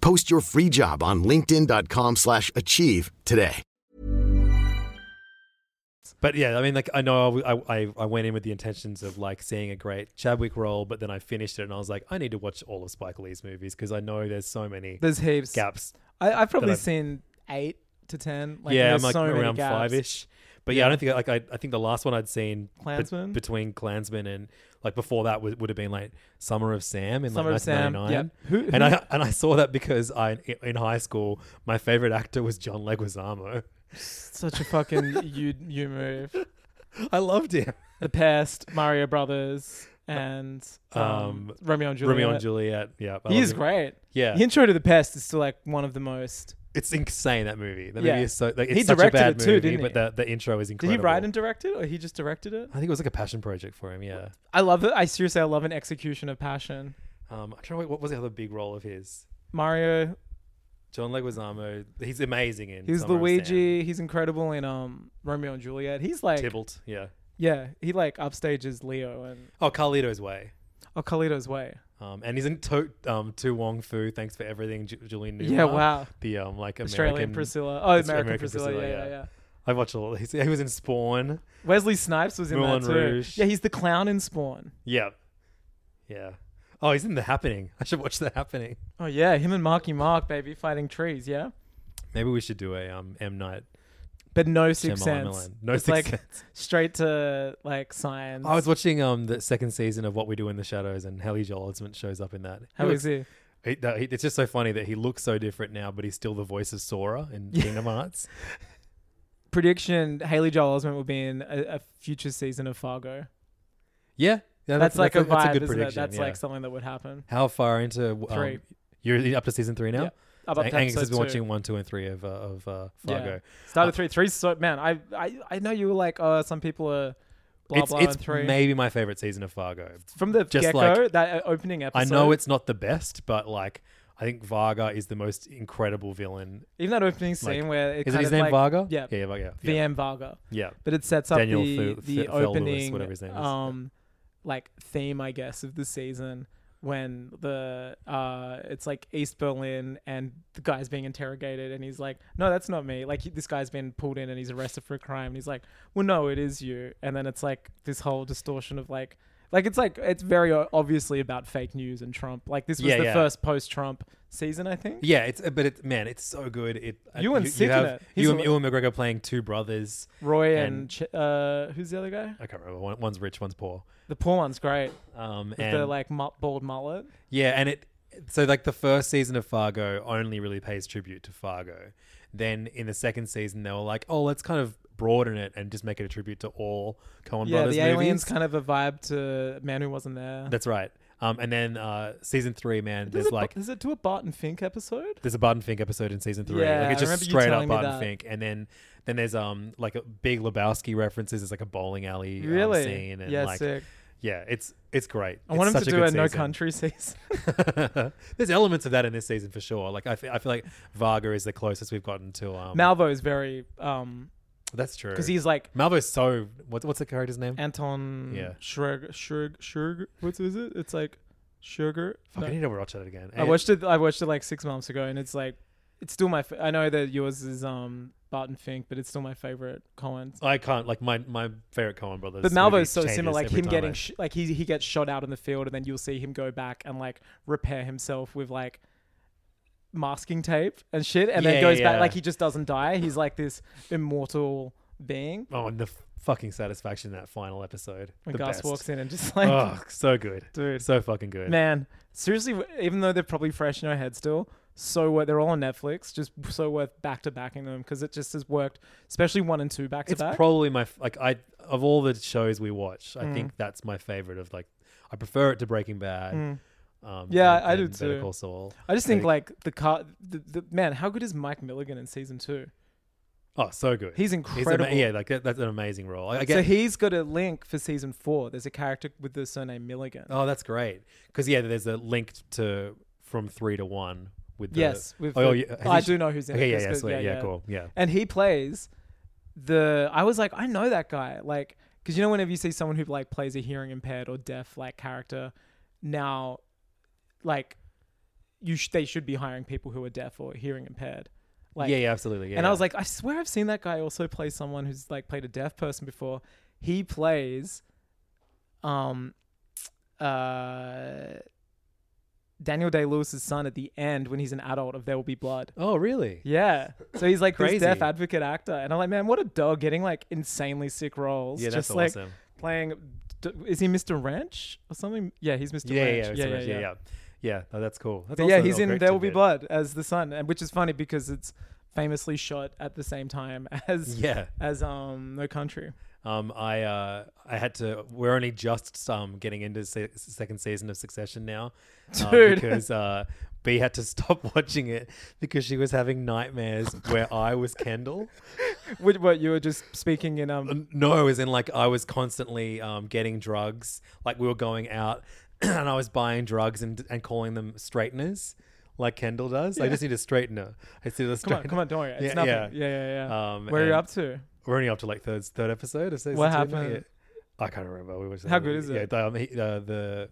Post your free job on linkedin.com/achieve slash achieve today.
But yeah, I mean, like I know I, I I went in with the intentions of like seeing a great Chadwick role, but then I finished it and I was like, I need to watch all of Spike Lee's movies because I know there's so many
There's heaps.
gaps.
I, I've probably
I've-
seen eight to ten. Like,
yeah, I'm
there's
like
so many
around
gaps.
five ish. But yeah, I don't think like I, I think the last one I'd seen bet-
Klansman?
between Klansman and like before that would, would have been like Summer of Sam in
Summer
like
of Sam,
1999.
yeah. Who-
and I and I saw that because I in high school my favorite actor was John Leguizamo. [laughs]
Such a fucking you you move.
I loved him.
The Pest, Mario Brothers, and um,
Uh, Um,
Romeo and Juliet.
Romeo and Juliet. Yeah, I
He
love
is
him.
great.
Yeah.
The intro to The Pest is still like one of the most.
It's insane that movie. That
Yeah.
movie is so like it's
He
such
directed
a bad
it too,
movie,
didn't
but
he?
the, the intro is
Did
incredible.
he write and direct it, or he just directed it?
I think it was like a passion project for him. Yeah.
I love it. I seriously, I love an execution of passion.
Um, I'm trying to wait, what was the other big role of his?
Mario,
John Leguizamo. He's amazing in.
he's
Summer of Sam.
Luigi. He's incredible in um Romeo and Juliet. He's like,
Tybalt. Yeah.
yeah, he like upstages Leo and
Oh, Carlito's Way.
Oh Carlito's Way.
Um, and he's in to, um, to Wong Fu. Thanks for everything, Ju- Julian Newmar.
Yeah, wow.
The um, like American
Australian Priscilla. Oh, American,
American
Priscilla.
Priscilla,
yeah, yeah,
yeah.
yeah.
I watched a lot. of these. He was in Spawn.
Wesley Snipes was in
Moulin
that too.
Rouge.
Yeah, he's the clown in Spawn.
Yeah. Yeah. Oh, he's in The Happening. [laughs] I should watch The Happening.
Oh yeah, him and Marky Mark, baby, fighting trees. Yeah,
Maybe we should do a um M Night.
but no sixth
Shyamalan
sense.
Milan. No
it's
Sixth
like
Sense.
[laughs] straight to like science.
I was watching um the second season of What We Do in the Shadows, and Haley Joel Osment shows up in that.
How
looks-
is he?
He, that- he- it's just so funny that he looks so different now, but he's still the voice of Sora in Kingdom Hearts.
Prediction: Haley Joel Osment will be in a, a future season of Fargo.
Yeah, yeah
That's, like a vibe,
that's
isn't it? That's
yeah.
like something that would happen.
how far into um,
Three.
You're up to season three now.
Yeah. Up- up to
Ang- Angus has
episode
been
two.
watching one, two, and three of uh, of uh, Fargo.
Yeah. Started three. Three's so man. I, I I know you were like, oh, some people are blah
it's
blah
it's
and three.
maybe my favorite season of Fargo.
From the
just
get-go,
like-
that uh, opening episode.
I know it's not the best, but like I think Varga is the most incredible villain.
even that opening
Like,
scene where it
is it
kind
his
of
name
like,
Varga?
Yeah,
yeah, yeah, Varga, yeah,
VM Varga.
yeah.
But it sets up
Daniel
the,
Fu-
the
Fu- Fel Lewis,
opening,
whatever his name is.
um, like theme, I guess, of the season when the uh, it's like East Berlin and the guy's being interrogated, and he's like, "No, that's not me." Like he- this guy's been pulled in and he's arrested for a crime, and he's like, "Well, no, it is you." And then it's like this whole distortion of like. Like it's like it's very o- obviously about fake news and Trump. Like this was
Yeah,
the
yeah.
first post-Trump season, I think.
Yeah, it's but it man, it's so good. It uh,
Ewan's sick in it. He's
Ewan,
a-
Ewan McGregor playing two brothers.
Roy and,
And-
Ch- uh, who's the other guy?
I can't remember. One, one's rich, one's poor.
The poor one's great.
Um,
With
and
the like mu- bald mullet.
yeah, and it so like the first season of Fargo only really pays tribute to Fargo. Then in the second season, they were like, oh, let's kind of broaden it and just make it a tribute to all Coen
Yeah,
Brothers
the
movies.
aliens kind of a vibe to Man Who Wasn't There.
That's right. Um, and then uh, season three, man,
Does
there's
it,
like
does it do a Bart and Fink episode?
there's a Barton Fink episode in season three.
Yeah,
like it's
I
just
remember you
straight
telling
up
me
Barton
that.
Fink, and then then there's um like a big Lebowski references. There's like a bowling alley um,
Really?
scene, and
yeah,
like
sick.
yeah, it's It's great.
I want
It's
him to
such
do a,
good
no
season.
country [laughs] season.
[laughs] There's elements of that in this season for sure. Like I, fe- I feel like Varga is the closest we've gotten to. Um,
Malvo is very um
that's true.
because he's like
Malvo's so what's what's the character's name?
Anton
Yeah.
Schrug Schrug Schrug what is it? It's like Sugar.
Fuck, I need to watch that again.
I
And-
watched it I watched it like 6 months ago and it's like it's still my fa- I know that yours is um Barton Fink but it's still my favorite Cohen.
I can't like my my favorite Coen brothers.
But
movie
Malvo's so similar,
changes
like
every
him
time
getting
I-
sh- like he he gets shot out in the field, and then you'll see him go back and like repair himself with like masking tape and shit, and
Yeah,
then goes
yeah, yeah.
back like he just doesn't die. He's like this immortal being.
[laughs] oh, and the f- fucking satisfaction in that final episode.
When
the
Gus
best. [laughs]
walks in and just like,
Oh, so good,
Dude.
So fucking good.
man, seriously, w- even though they're probably fresh in our head still. So worth, they're all on Netflix. Just so worth back to backing them because it just has worked, especially one and two back to
it's
back.
probably my f- like I of all the shows we watch, I
Mm.
think that's my favorite. Of like, I prefer it to Breaking Bad. Um,
Yeah,
and-
I do
and Better
too.
Call Saul.
Mm. I just think
think-
like the car, the, the man, how good is Mike Milligan in season two?
Oh, so good.
He's
ama-
incredible.
yeah, like that, that's an amazing role. I, I get.
So he's got a link for season four. There's a character with the surname Milligan.
oh, that's great. Because yeah, there's a link to from three to one with the,
yes, with
oh,
the-
yeah, has
I
he-
do know who's in
okay,
it.
yeah,
'cause
yeah,
the-
sweet, yeah, cool, yeah.
And he plays the. I was like, I know that guy, like, because you know, whenever you see someone who like plays a hearing impaired or deaf like character, now, like, you sh- they should be hiring people who are deaf or hearing impaired. Like,
yeah, yeah, absolutely. Yeah,
and I was
yeah.
like, I swear I've seen that guy also play someone who's like played a deaf person before. He plays um uh Daniel Day Lewis's son at the end when he's an adult of There Will Be Blood.
oh, really?
Yeah. So he's like
Crazy.
this deaf advocate actor. And I'm like, man, what a dog getting like insanely sick roles.
Yeah, that's
just like
awesome.
playing d- is he Mr. Wrench or something? Yeah, he's Mr.
Yeah, yeah,
Wrench.
yeah, yeah, yeah, yeah. yeah. no, that's cool. That's
But yeah,
also
he's
a
in
great
There Will Be
tidbit.
Blood as the son, and which is funny because it's famously shot at the same time [laughs] as
Yeah.
as um No Country.
Um, I uh, I had to. We're only just um getting into se- second season of Succession now, uh,
[laughs] Dude.
because uh, B had to [laughs] stop watching it because she was having nightmares where I was
[laughs]
Kendall.
Which what you were just speaking in um
No, as in like I was constantly um getting drugs. Like we were going out, [clears throat] and I was buying drugs and and calling them straighteners, like Kendall does. I just need a straightener. I just need a
come on
straightener.
come on don't worry it's
Yeah,
nothing
yeah.
yeah yeah yeah,
Um,
where are you
and-
up to
we're only up to like third third episode of season
What
two now,
happened?
yeah. I can't remember. We watched
How good is
Yeah,
it?
the, um, he, uh, the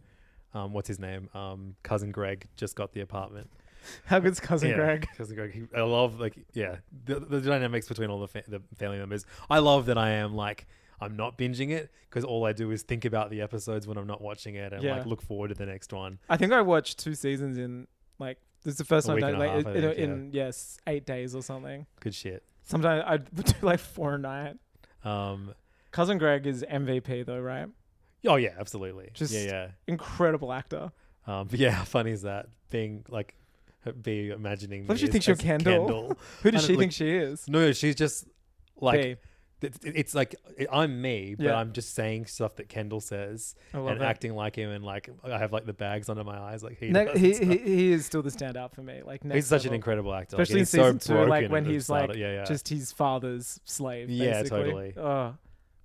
um, what's his name? Um, cousin Greg just got the apartment.
[laughs] how good's cousin
yeah,
Greg
Cousin Greg. He, I love like yeah the, the dynamics between all the fa- the family members. I love that I am like. I'm not binging it because all I do is think about the episodes when I'm not watching it and
Yeah.
like look forward to the next one.
I think I watched two seasons in like this is the first
A
time
week
I,
and a
like
half, I
in,
think, yeah.
in yes eight days or something
Good shit.
sometimes I [laughs] would do like four a night
Um,
cousin Greg is MVP though right
oh yeah, absolutely.
Just-
yeah, yeah.
incredible actor
Um, but yeah, [laughs] how funny is that? Being like, be imagining.
Love
me
she
as-
thinks you're
as
Kendall. [laughs] who does
And,
she
like,
think she is
No, she's just like
Babe.
th- th- it's like it- I'm me, but
Yeah.
I'm just saying stuff that Kendall says
I love
and
that.
acting like him, and like I have like the bags under my eyes, like he.
Ne-
does and
he,
stuff.
he, he is still the standout for me like next
he's such an
level.
incredible actor, like,
especially in
he's so
season two, like
broken
when
at the
he's
start
like
of- yeah, yeah.
just his father's slave.
Yeah,
basically.
totally.
Oh.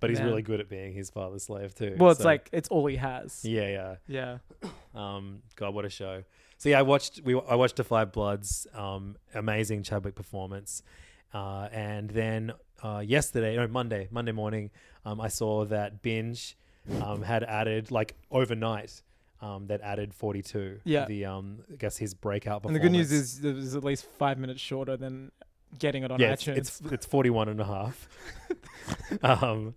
but he's
man.
really good at being his father's slave too.
Well, it's
so-
like it's all he has. Yeah.
yeah, yeah. Um, God, what a show! So yeah, I watched we I watched Defy Bloods, um, amazing Chadwick performance, uh, and then uh, yesterday, no Monday, Monday morning, um, I saw that binge um, had added like overnight. Um, that added 42.
Yeah.
The um, I guess his breakout.
And the good news
performance.
is it was at least five minutes shorter than getting it on
yeah, it's,
iTunes.
it's it's 41 and a half. [laughs] um,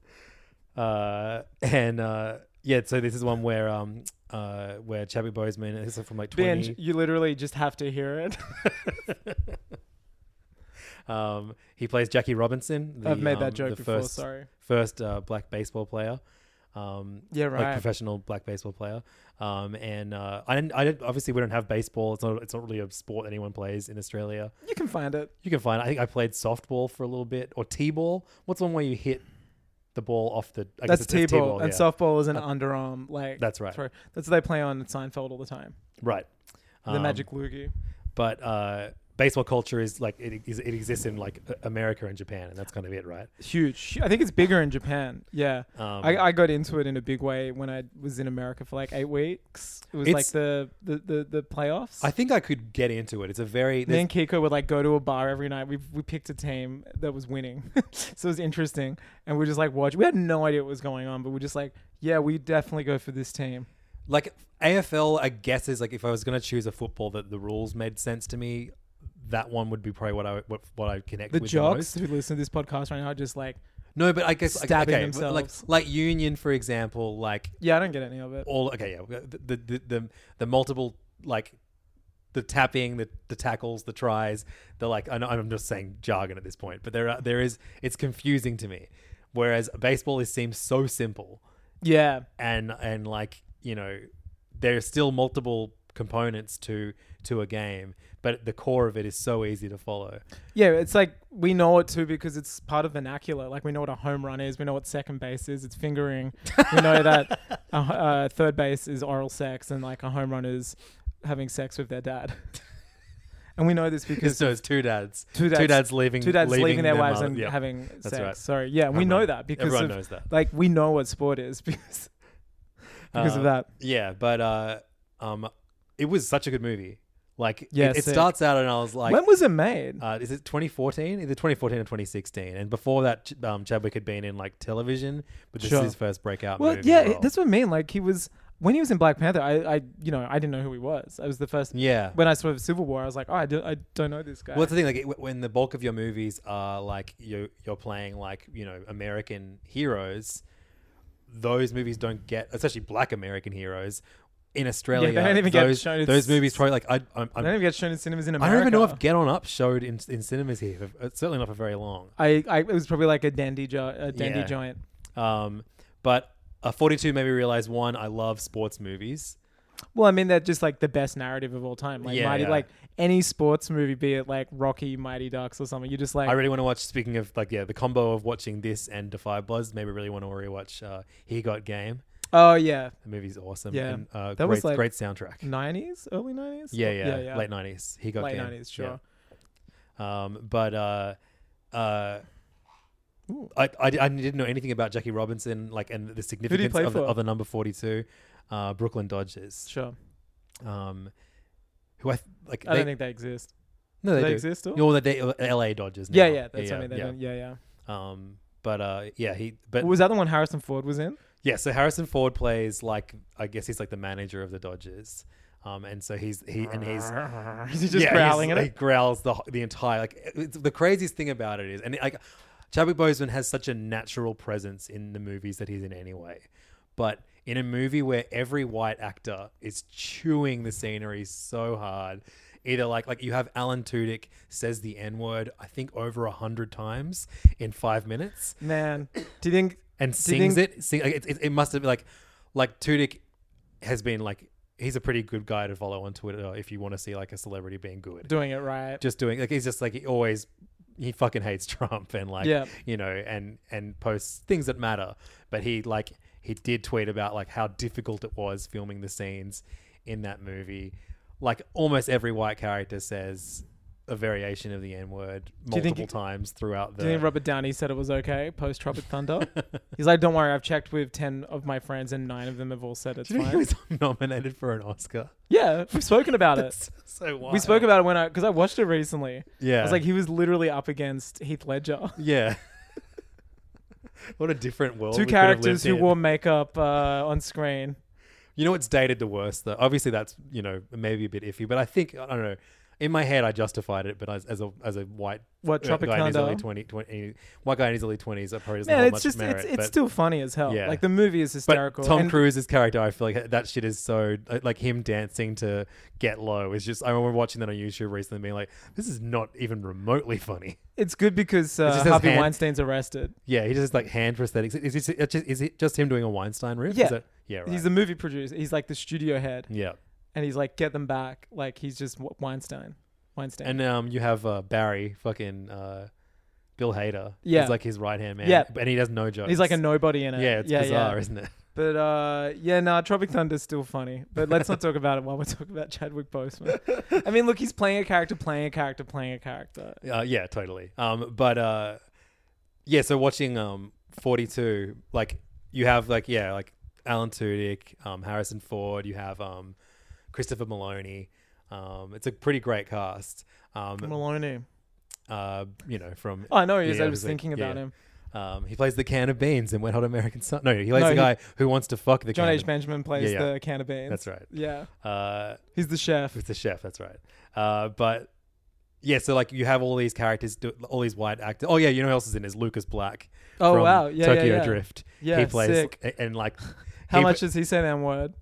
uh, and uh, yeah, so this is one where um, uh, where Chadwick Boseman is from like 20.
Binge, you literally just have to hear it. [laughs]
Um, he plays Jackie Robinson. the,
I've made
um,
that joke
the
before,
First,
sorry.
first uh, black baseball player. Um,
Yeah,
Like
right.
professional black baseball player. Um, and uh, I didn't. I didn't. Obviously, we don't have baseball. It's not. It's not really a sport anyone plays in Australia.
You can find it.
You can find. I think I played softball for a little bit or t-ball. What's one where you hit the ball off the? I
That's
guess it's-
T
it's
ball. And
yeah. Uh,
softball is an underarm like
that's right.
throw. That's what they play on Seinfeld all the time.
Right.
The
Um,
magic loogie.
but uh, baseball culture is like it, is- it exists in like A- America and Japan, and that's kind of it, right?
huge. I think it's bigger in Japan. Yeah,
Um,
I, I got into it in a big way when I was in America for like eight weeks. It was like
It's-
the the the, the playoffs.
I think I could get into it. It's a very
me and Kiko would like go to a bar every night. We we picked a team that was winning, [laughs] so it was interesting. And we just like watch. We had no idea what was going on, but we just like, yeah, we definitely go for this team.
like AFL. I guess is like if I was going to choose a football that the rules made sense to me, that one would be probably what I what, what I connect
The
with the
jocks
most.
who listen to this podcast right now are just like,
No, but I guess like,
Stabbing
okay, but, like
themselves.
like Union for example, like
yeah, I don't get any of it.
all okay, yeah, the the the, the, the multiple like. The tapping, the, the tackles, the tries, the like. I know, I'm just saying jargon at this point, but there are, there is it's confusing to me. Whereas baseball is seems so simple,
Yeah,
and and like you know there's still multiple components to to a game but the core of it is so easy to follow
yeah, it's like we know it too because it's part of vernacular. Like we know what a home run is, we know what second base is, it's fingering.
[laughs]
we know that a, h- uh, third base is oral sex, and like a home run is having sex with their dad. [laughs] and we know this because
[laughs] so it's two dads
Two dads-
leaving
two dads leaving, their, wives
mother-
and
yeah.
having sex.
right.
Sorry, yeah, we
Everyone-
know that because
everyone
of,
knows that.
Like we know what sport is [laughs] because because
Uh,
of that.
yeah but uh um it was such a good movie like
Yeah,
it, it
sick.
starts out and i was like
when was it made?
uh, is it 2014? Either 2014 or 2016. And before that, Ch- um, Chadwick had been in like television, but this
Sure.
is his first breakout
well,
movie.
yeah,
role.
that's what I mean. Like he was when he was in Black Panther. I, I, you know, I didn't know who he was. I was the first.
yeah.
When I saw Civil War, I was like, oh, I, do, I don't know this guy.
Well, that's the thing. Like it- when the bulk of your movies are like you you're playing like you know American heroes, those movies don't get, especially Black American heroes in Australia.
don't even get
those,
shown in
Those
s-
movies probably like I I'm,
I
I'm,
don't even get shown in cinemas
I
in America.
don't even know if Get On Up showed in in cinemas here. for- uh, certainly not for very long.
I, I, it was probably like a dandy, jo- a dandy
Yeah.
giant.
Um, but uh, 42 made me realize one, I love sports movies.
Well, I mean, they're just like the best narrative of all time. Like
Yeah,
Mighty,
yeah.
like any sports movie, be it like Rocky, Mighty Ducks, or something. You just like
I really want to watch. Speaking of like yeah, the combo of watching this and Defy Buzz made me really want to rewatch uh, He Got Game.
Oh yeah,
The movie's awesome.
Yeah.
and, uh,
That
great,
was, like,
great soundtrack.
nineties, early nineties.
Yeah, yeah, late nineties. He got
Late
game.
90s, sure.
Yeah. Um, but uh, uh, I, I I didn't know anything about Jackie Robinson, like, and the significance
play
of the,
for?
of the number forty-two, uh, Brooklyn Dodgers.
Sure.
Um, who I th- like?
I
they,
don't think they exist.
no, they,
they
do.
exist still?
No, they they- L.A. Dodgers.
Yeah,
now.
yeah, that's what I mean. They don't, yeah, yeah.
Um, but uh, yeah, he. But
was that the one Harrison Ford
[laughs]
was in?
Yeah, so Harrison Ford plays like I guess he's like the manager of the Dodgers, um, and so he's he and he's
Is he just
yeah,
growling
he's-
at
He
it?
growls the the entire like it's, the craziest thing about it is, and like Chadwick Boseman has such a natural presence in the movies that he's in anyway, but in a movie where every white actor is chewing the scenery so hard. Either like like you have Alan Tudyk says the N word I think over a hundred times in five minutes,
Man, do you think?
and
do you
sings
think-
it. Sing, like, it, it. It must have like, like Tudyk has been like he's a pretty good guy to follow on Twitter if you want to see like a celebrity being good.
doing it right.
just doing like he's just like he always he fucking hates [laughs] Trump and like
Yeah.
you know and and posts things that matter. But he like he did tweet about like how difficult it was filming the scenes in that movie. Like almost every white character says a variation of the N word
you think
multiple
you-
times throughout the
do you think Robert Downey said it was okay post Tropic
[laughs]
Thunder? He's like, don't worry, I've checked with ten of my friends, and nine of them have all said it's
Do you think
fine.
[laughs] he was nominated for an Oscar? [laughs]
yeah, we've spoken about it.
so wild.
We spoke about it when I because I watched it recently. I
Yeah.
was like, he was literally up against Heath Ledger.
yeah. [laughs] what a different world.
[laughs] Two
we could have
characters
lived
who
in.
wore makeup uh, on screen.
You know what's dated the worst though. Obviously, that's you know maybe a bit iffy, but I think I don't know. In my head, I justified it, but as, as a as a white
What,
uh,
Tropic
guy in his
Thunder?
early 20, 20 white guy in his early twenties, I probably doesn't
Man,
hold
it's
much
just
merit.
it's, it's
but-
still funny as hell.
Yeah.
Like the movie is
But
hysterical.
Tom
and-
Cruise's character, I feel like that shit is so uh, like him dancing to "Get Low" is just. I remember watching that on YouTube recently, and being like, "This is not even remotely funny." [laughs]
It's good because uh,
just his
Harvey
hand-
Weinstein's arrested.
Yeah, he does like hand prosthetics. Is it, it's just, is it just him doing a Weinstein riff?
Yeah.
Is that, yeah, right.
He's the movie producer. He's like the studio head,
yeah.
and he's like, get them back. Like he's just W- Weinstein. Weinstein.
And um, you have uh, Barry, fucking uh, Bill Hader.
Yeah.
He's like his right hand man.
Yeah.
And he does no jokes. [laughs]
he's like a nobody in it.
Yeah, it's bizarre, isn't it?
But uh, yeah, no, Tropic Thunder's still funny. But let's not talk about it while we're talking about Chadwick Boseman. [laughs] I mean, look, he's playing a character, playing a character, playing a character.
[laughs] Uh, yeah, totally. Um, but uh, yeah, so watching um 42, like you have like yeah, like Alan Tudyk, um, Harrison Ford, you have um Christopher Maloney. Um, it's a pretty great cast. Um,
Maloney.
uh, you know from
Oh, I know. Yes,
Yeah,
I was
like-
thinking
yeah.
about him.
Um, he plays the can of beans in Wet Hot American Sun. No, he plays
No,
the
he-
guy who wants to fuck the
John
can
H. Benjamin plays
yeah.
the can of beans.
That's right.
Yeah,
Uh,
he's the chef.
It's a chef, that's right. Uh, but yeah, so like you have all these characters, do- all these white actors. Oh yeah, you know who else is in is Lucas Black.
Oh,
from
wow. Yeah, yeah,
Tokyo
yeah.
Drift.
Yeah,
he plays
sick.
a- and like
How
he-
much does he say that word?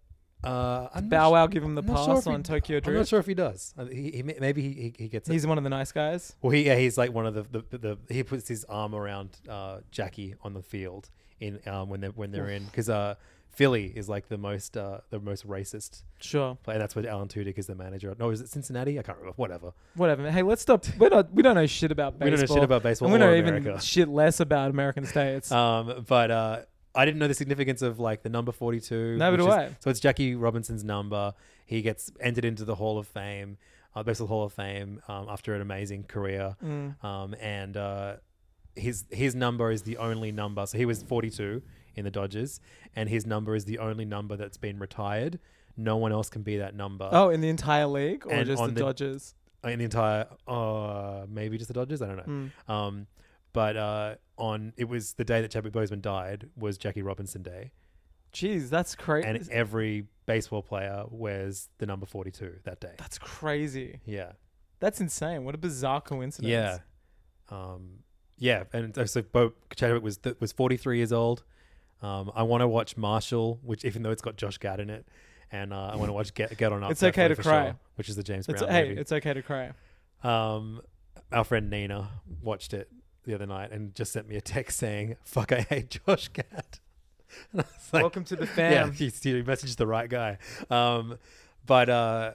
Uh, I'm not
Bow
su-
Wow give him the
I'm not
pass
sure if he-
on Tokyo
I'm not
Drift.
sure if he does. Uh, He, he may- maybe he, he, he gets it.
He's one of the nice guys.
Well, he, yeah, he's like one of the, the, the he puts his arm around uh, Jackie on the field in um, when they're when they're in because uh, Philly is like the most uh, the most racist
Sure.
play. That's what Alan Tudyk is the manager. No, is it Cincinnati? I can't remember. Whatever.
Whatever. man. Hey, let's stop. We're not, we don't know shit about
We
baseball.
don't know shit about baseball
And we
or
know even
America.
shit less about American states.
Um, but uh, I didn't know the significance of like the number forty-two.
Neither
which
do
is-
I.
So it's Jackie Robinson's number. He gets entered into the Hall of Fame, uh, Baseball Hall of Fame, um, after an amazing career.
Mm.
Um, and uh, his his number is the only number. So he was forty-two in the Dodgers, and his number is the only number that's been retired. No one else can be that number.
oh, in the entire league or
Uh, and
just the,
on the-
Dodgers?
in the entire uh maybe just the Dodgers, I don't know.
Hmm.
Um but uh on it was the day that Chadwick Boseman died was Jackie Robinson Day.
Jeez, that's crazy.
And every baseball player wears the number forty two that day.
that's crazy.
Yeah.
That's insane. What a bizarre coincidence.
Yeah. Um yeah, and so- so Bo Chadwick was th- was forty three years old. Um I wanna watch Marshall, which even though it's got Josh Gad in it, and uh, I want to watch Get Get On Up.
It's okay
definitely
to
for
cry.
which is the James
It's,
Brown
hey,
movie.
it's okay to cry.
Um, our friend Nina watched it the other night and just sent me a text saying, "Fuck, I hate Josh Gad." [laughs] And I was [laughs] like,
Welcome to the
[laughs] Yeah,
fam.
he, he messaged the right guy. Um, but uh,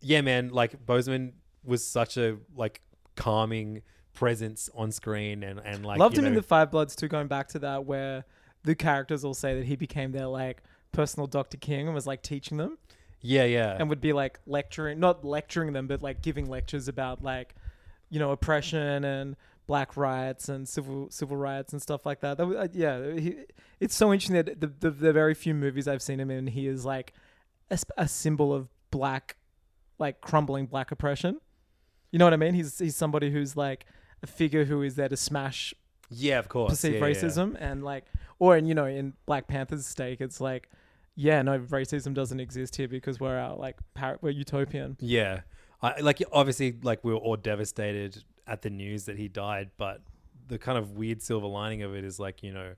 yeah, man, like Bozeman was such a like calming presence on screen, and and like
Loved
you
him in
know-
the Five Bloods too. Going back to that, where the characters all say that he became their like personal Dr. King and was like teaching them
yeah, yeah,
and would be like lecturing, not lecturing them, but like giving lectures about like, you know, oppression and black rights and civil civil rights and stuff like that. That was, uh, yeah, he, it's so interesting that the, the the very few movies I've seen him in, he is like a, sp- a symbol of black, like crumbling black oppression. You know what I mean? He's he's somebody who's like a figure who is there to smash
yeah, of course,
perceived
yeah, yeah, yeah.
racism and like or in you know in black panther's stake it's like yeah no racism doesn't exist here because we're out like par- we're utopian
Yeah. I, like obviously like we were all devastated at the news that he died, but the kind of weird silver lining of it is like, you know,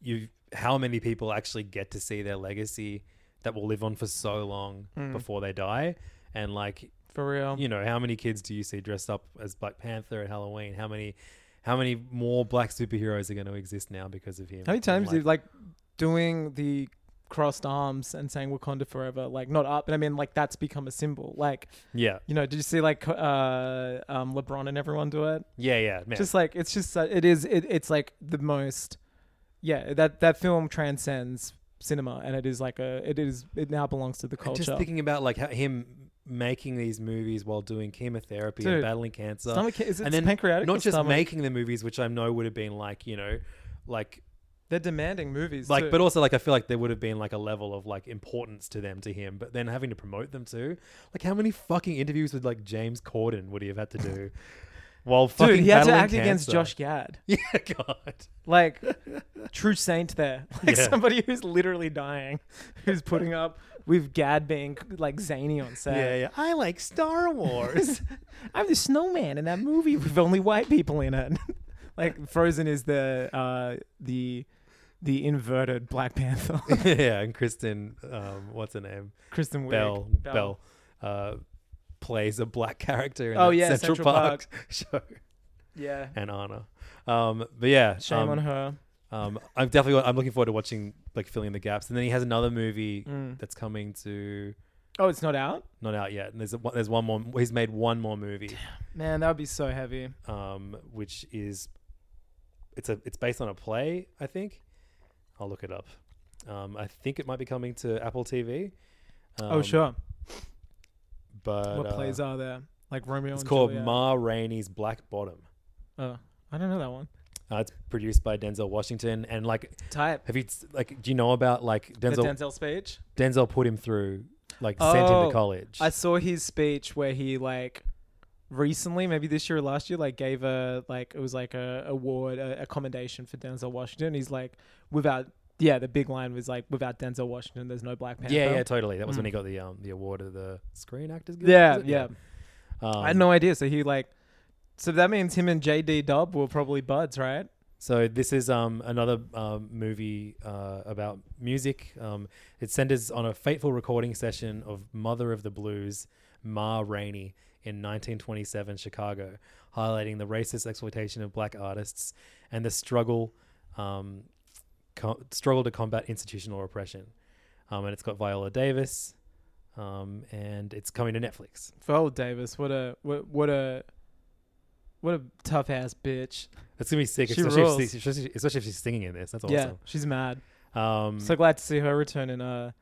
you how many people actually get to see their legacy that will live on for so long
Hmm.
before they die and like
for real
you know how many kids do you see dressed up as Black Panther at Halloween? How many how many more black superheroes are going to exist now because of him?
how many times
And,
did like doing the crossed arms and saying wakanda forever like not up but i mean like that's become a symbol like
yeah
you know did you see like uh um lebron and everyone do it
yeah yeah man.
just like it's just uh, it is it, it's like the most yeah that that film transcends cinema and it is like a it is it now belongs to the
And
culture
Just thinking about like how him making these movies while doing chemotherapy
Dude.
and battling cancer,
Stomach ca- is it
and then
pancreatic or
Not just
stomach?
making the movies, which I know would have been like you know, like
They're demanding movies.
like,
too.
but also like I feel like there would have been like a level of like importance to them to him, but then having to promote them too, like how many fucking interviews with like James Corden would he have had to
[laughs]
do while fucking
dude, he had to
battling
act against
cancer?
Josh Gad,
[laughs] Yeah, God.
like [laughs] true saint
[laughs]
there, like
Yeah.
somebody who's literally dying, who's putting up with Gad being like zany on set.
Yeah, yeah. I like Star
[laughs]
Wars. [laughs]
I'm the snowman in that movie with only white people in it. [laughs] like Frozen is the uh, the the inverted
[laughs]
Black Panther. [laughs]
yeah, and Kristen, um, what's her name?
Kristen Wiig.
Bell Bell, uh, plays a black [laughs] character in
Oh,
the
yeah,
Central,
Central
Park, [laughs] show
Yeah.
and Anna. Um, but yeah,
Shame
um,
on her.
Um, I'm definitely I'm looking forward to watching like filling in the gaps. And then he has another movie
Mm.
that's coming to
Oh, it's not out.
not out yet. And there's a, one- there's one more. He's made one more movie,
Man, that would be so heavy.
um, which is it's a it's based on a play. I think I'll look it up. Um, I think it might be coming to Apple TV. Um,
oh sure.
But
what
uh,
plays are there? Like Romeo
It's
and
called
Juliet.
Ma Rainey's Black Bottom.
oh, I don't know that one.
Uh, it's produced by Denzel Washington, and like,
Type.
have you like? Do you know about like
The
Denzel?
Denzel speech.
Denzel put him through, like, sent him
Oh,
to college.
I saw his speech where he like recently, maybe this year or last year, like gave a like it was like a award, a, a commendation for Denzel Washington. He's like without yeah, the big line was like without Denzel Washington, there's no Black Panther.
yeah, yeah, totally. That was when he got the um the award of the Screen Actors Guild.
Hmm. yeah,
was it?
yeah.
Um,
I had no idea. So he like, so that means him and JD Dub were probably buds, right?
So this is um, another um, movie uh, about music. Um, it centers on a fateful recording session of Mother of the Blues, Ma Rainey, in 1927 Chicago, highlighting the racist exploitation of black artists and the struggle um, co- struggle to combat institutional oppression. Um, and it's got Viola Davis, um, and it's coming to Netflix.
Val Davis, what a what what a what a tough ass bitch.
It's gonna be sick,
She
especially, if
rules.
she's, especially if she's singing in this. That's
Yeah,
awesome.
she's mad.
Um,
So glad to see her return in uh,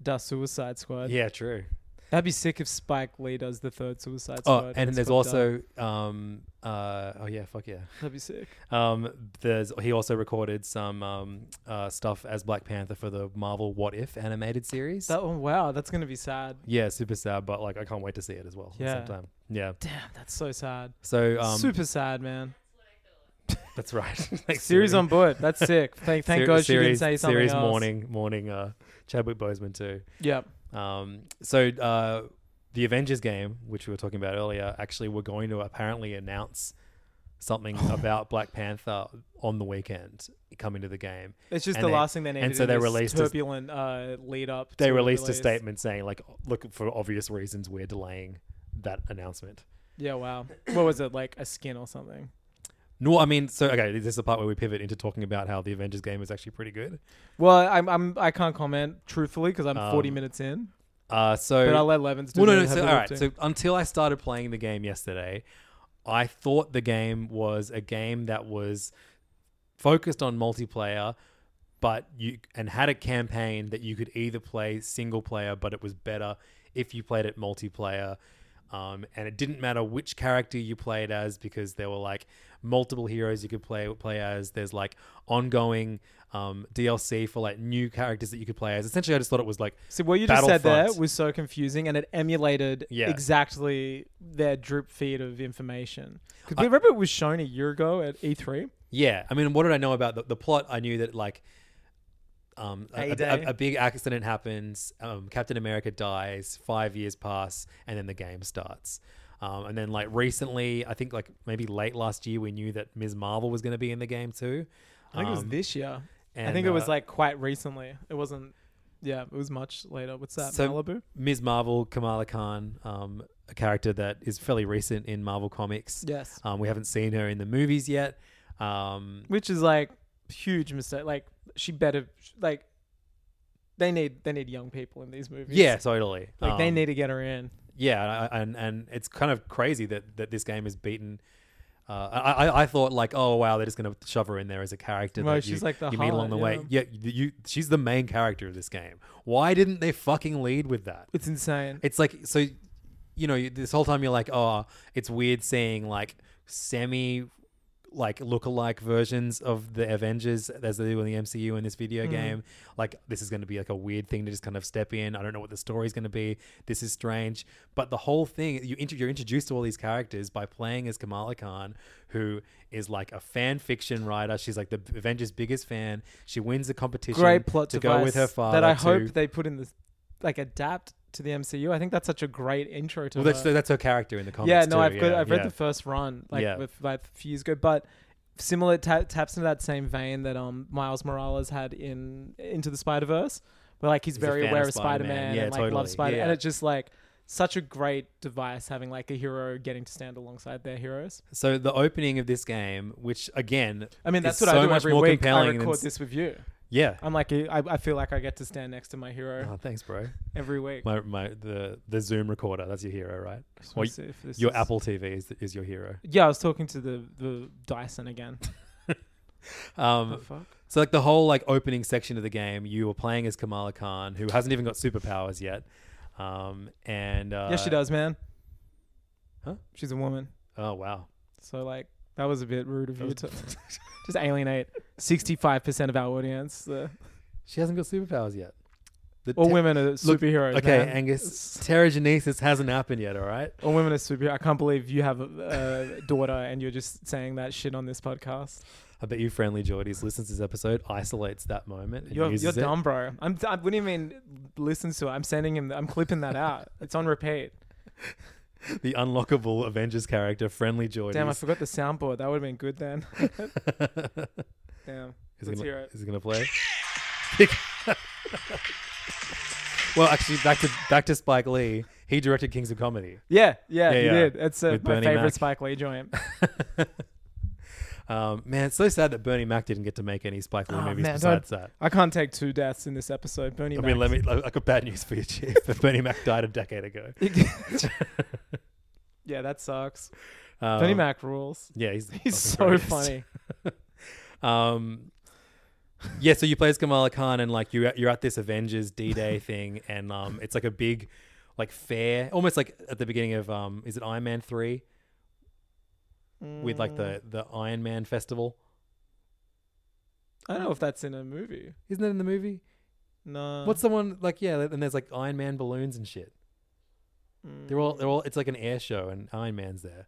the Suicide Squad.
yeah, true.
That'd be sick if Spike Lee does the third Suicide Squad.
Oh, and
it's
there's
fucked
also
up.
um uh oh yeah fuck yeah
that'd be sick.
um there's he also recorded some um uh stuff as Black Panther for the Marvel What If animated series.
That one, wow, that's gonna be sad.
yeah, super sad, but like I can't wait to see it as well. Yeah,
Yeah.
sometime. yeah.
Damn, that's so sad.
So um,
Super sad, man.
that's right. [laughs] Thanks,
Series
Siri.
on board.
[laughs]
That's sick. Thank, thank
Ser-
God she didn't
series-
say something
Series
else.
morning, morning. Uh, Chadwick Boseman too.
Yep.
Um, so uh, the Avengers game, which we were talking about earlier, actually we're going to apparently announce something
[laughs]
about Black Panther on the weekend coming to the game.
It's just
And
the
they-
last thing they needed.
and so they released a-
turbulent uh, lead up.
They
to
released a
release.
statement saying, like, look, for obvious reasons, we're delaying that announcement.
Yeah, wow. What was it like a skin or something?
No, I mean, so okay, this is the part where we pivot into talking about how the Avengers game is actually pretty good.
Well, I'm, I'm I can't comment truthfully because I'm 40
Um,
minutes in,
Uh, so
but I'll let Levins do.
Well, no,
it
no.
and have
So,
a
all
look
right.
too.
So, until I started playing the game yesterday, I thought the game was a game that was focused on multiplayer, but you and had a campaign that you could either play single player, but it was better if you played it multiplayer. Um, and it didn't matter which character you played as because there were like multiple heroes you could play play as. There's like ongoing um, DLC for like new characters that you could play as. Essentially, I just thought it was like
See, what you just said there
Battlefront.
was so confusing, and it emulated
Yeah.
exactly their drip feed of information. Because remember, it was shown a year ago at E E3.
Yeah, I mean, what did I know about the, the plot? I knew that like, um, a, a,
Heyday.
a big accident happens. Um, Captain America dies. Five years pass, and then the game starts. Um, and then like recently, I think like maybe late last year, we knew that Ms. Marvel was going to be in the game too.
I think it was
Um,
this year. I
and,
think it was
uh,
like quite recently. It wasn't. Yeah, it was much later. What's that?
So-
Malibu.
Ms. Marvel, Kamala Khan, um, a character that is fairly recent in Marvel comics.
Yes.
Um, we haven't seen her in the movies yet. Um,
which is like huge mistake. Like she better like they need they need young people in these movies.
yeah, totally.
like they
Um,
need to get her in.
yeah, and- and and it's kind of crazy that that this game is beaten. Uh, I I- I thought like, oh wow, they're just gonna shove her in there as a character.
Well,
that
she's
you,
like the
you meet along the way.
highlight,
Yeah, you, you- she's the main character of this game. Why didn't they fucking lead with that?
It's insane.
It's like so, you know, you- this whole time you're like, oh, it's weird seeing like semi, like look-alike versions of the Avengers as they do in the MCU in this video
Mm-hmm.
game. Like this is going to be like a weird thing to just kind of step in. I don't know what the story's going to be. This is strange, but the whole thing you int- you're introduced to all these characters by playing as Kamala Khan, who is like a fan fiction writer. She's like the Avengers' biggest fan. She wins the competition.
Great plot
to
device
go with her father.
that I
to-
hope they put in the like adapt to the MCU. I think that's such a great intro to.
well, that's,
her.
that's her character in the comics.
yeah. No,
too.
I've got,
Yeah,
I've read
yeah.
the first run like
Yeah.
with like a few years ago, but similar ta- taps into that same vein that um Miles Morales had in Into the Spider Verse, where like he's,
He's a
very
fan
aware
of
of Spider
Spider-Man.
Man
Yeah,
and like
totally.
loves Spider,
Yeah.
and it's just like such a great device having like a hero getting to stand alongside their heroes.
So the opening of this game, which again,
I mean, that's
is
what
so
I do
much
every
more
week. I
compelling than
record
s-
this with you.
Yeah.
I'm like, I, I feel like I get to stand next to my hero
Oh, thanks, bro.
every week.
My, my the the Zoom recorder. That's your hero, right?
Just
Well,
wanna see if this
Your
is-
Apple TV is, is your hero.
Yeah, I was talking to the the Dyson again.
Um, so like the whole like opening section of the game, you were playing as Kamala Khan, who hasn't even got superpowers yet. Um, and uh,
yes, she does, man.
Huh?
She's a woman.
Oh wow,
So like that was a bit rude of you to [laughs] just alienate sixty five percent of our audience. The,
[laughs] she hasn't got superpowers yet. The
all
te-
women are
Look,
superheroes.
Okay,
man.
Angus, pterogenesis hasn't happened yet. All right.
all women are superheroes. I can't believe you have a, a daughter and you're just saying that shit on this podcast.
I bet you, friendly Geordies listens to this episode, isolates that moment. And
You're,
uses
you're
it.
dumb, bro. I'm. I wouldn't even listen to it. I'm sending him. I'm clipping that out. It's on repeat.
The unlockable Avengers character, friendly Geordies.
Damn, I forgot the soundboard. That would have been good [laughs] then. Damn.
Is it
Let's
gonna-
hear it.
is it gonna play? [laughs] well, actually, back to back to Spike Lee. He directed Kings of Comedy. [laughs]
Yeah, yeah,
Yeah,
you
yeah.
did. It's uh,
With
my
Bernie
favorite
Mac.
Spike Lee joint.
Um, man, it's so sad that Bernie Mac didn't get to make any Spike Lee
Oh,
movies
man,
besides that.
I can't take two deaths in this episode. Bernie
I mean, let
Mac.
me. I I got bad news for you, Chief. Bernie Mac died a decade
[laughs]
ago. [laughs]
yeah, that sucks.
Um,
Bernie Mac rules. [laughs]
Yeah, he's
He's
fucking
so
great.
funny.
Um, yeah, so you play as Kamala Khan, and like you you're at this Avengers D Day thing, and um, it's like a big like fair, almost like at the beginning of um, is it Iron Man three? [laughs] With like
Mm,
the the Iron Man festival,
I don't know if that's in a movie.
isn't it in the movie?
No.
What's the one like? Yeah, and there's like Iron Man balloons and shit. They're all they're all. It's like an air show, and Iron Man's there.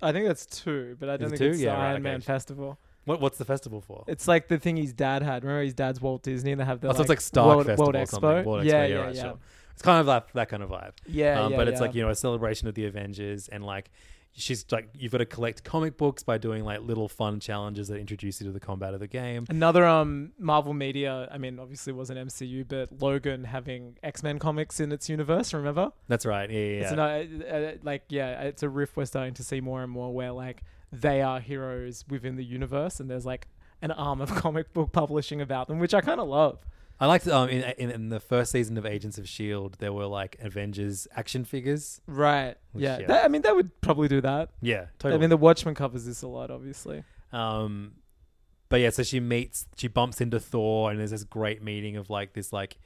I think that's two, but I don't
it
think
two?
it's
Yeah,
the
right,
Iron
okay.
Man festival.
What what's the festival for?
It's like the thing his dad had. Remember his dad's Walt Disney and they have the
oh, so
like,
it's like Stark
World,
Festival
World
or
Expo.
something. World Expo. Yeah,
yeah, yeah,
right,
yeah.
sure. It's kind of like that kind of vibe.
Yeah,
um,
yeah,
but it's
yeah.
like you know a celebration of the Avengers and like she's like you've got to collect comic books by doing like little fun challenges that introduce you to the combat of the game.
Another um Marvel Media, I mean, obviously wasn't MCU, but Logan having X Men comics in its universe. Remember?
That's right. Yeah, yeah.
It's
yeah.
another, uh, uh, like yeah, it's a riff we're starting to see more and more where like they are heroes within the universe, and there's like an arm of [laughs] comic book publishing about them, which I kind of love.
I liked um in, in in the first season of Agents of Shield E there were like Avengers action figures.
Right. Yeah.
yeah.
That, I mean, that would probably do that.
Yeah, totally.
I mean, the Watchmen covers this a lot, obviously.
Um, but yeah, so she meets, she bumps into Thor, and there's this great meeting of like this, like,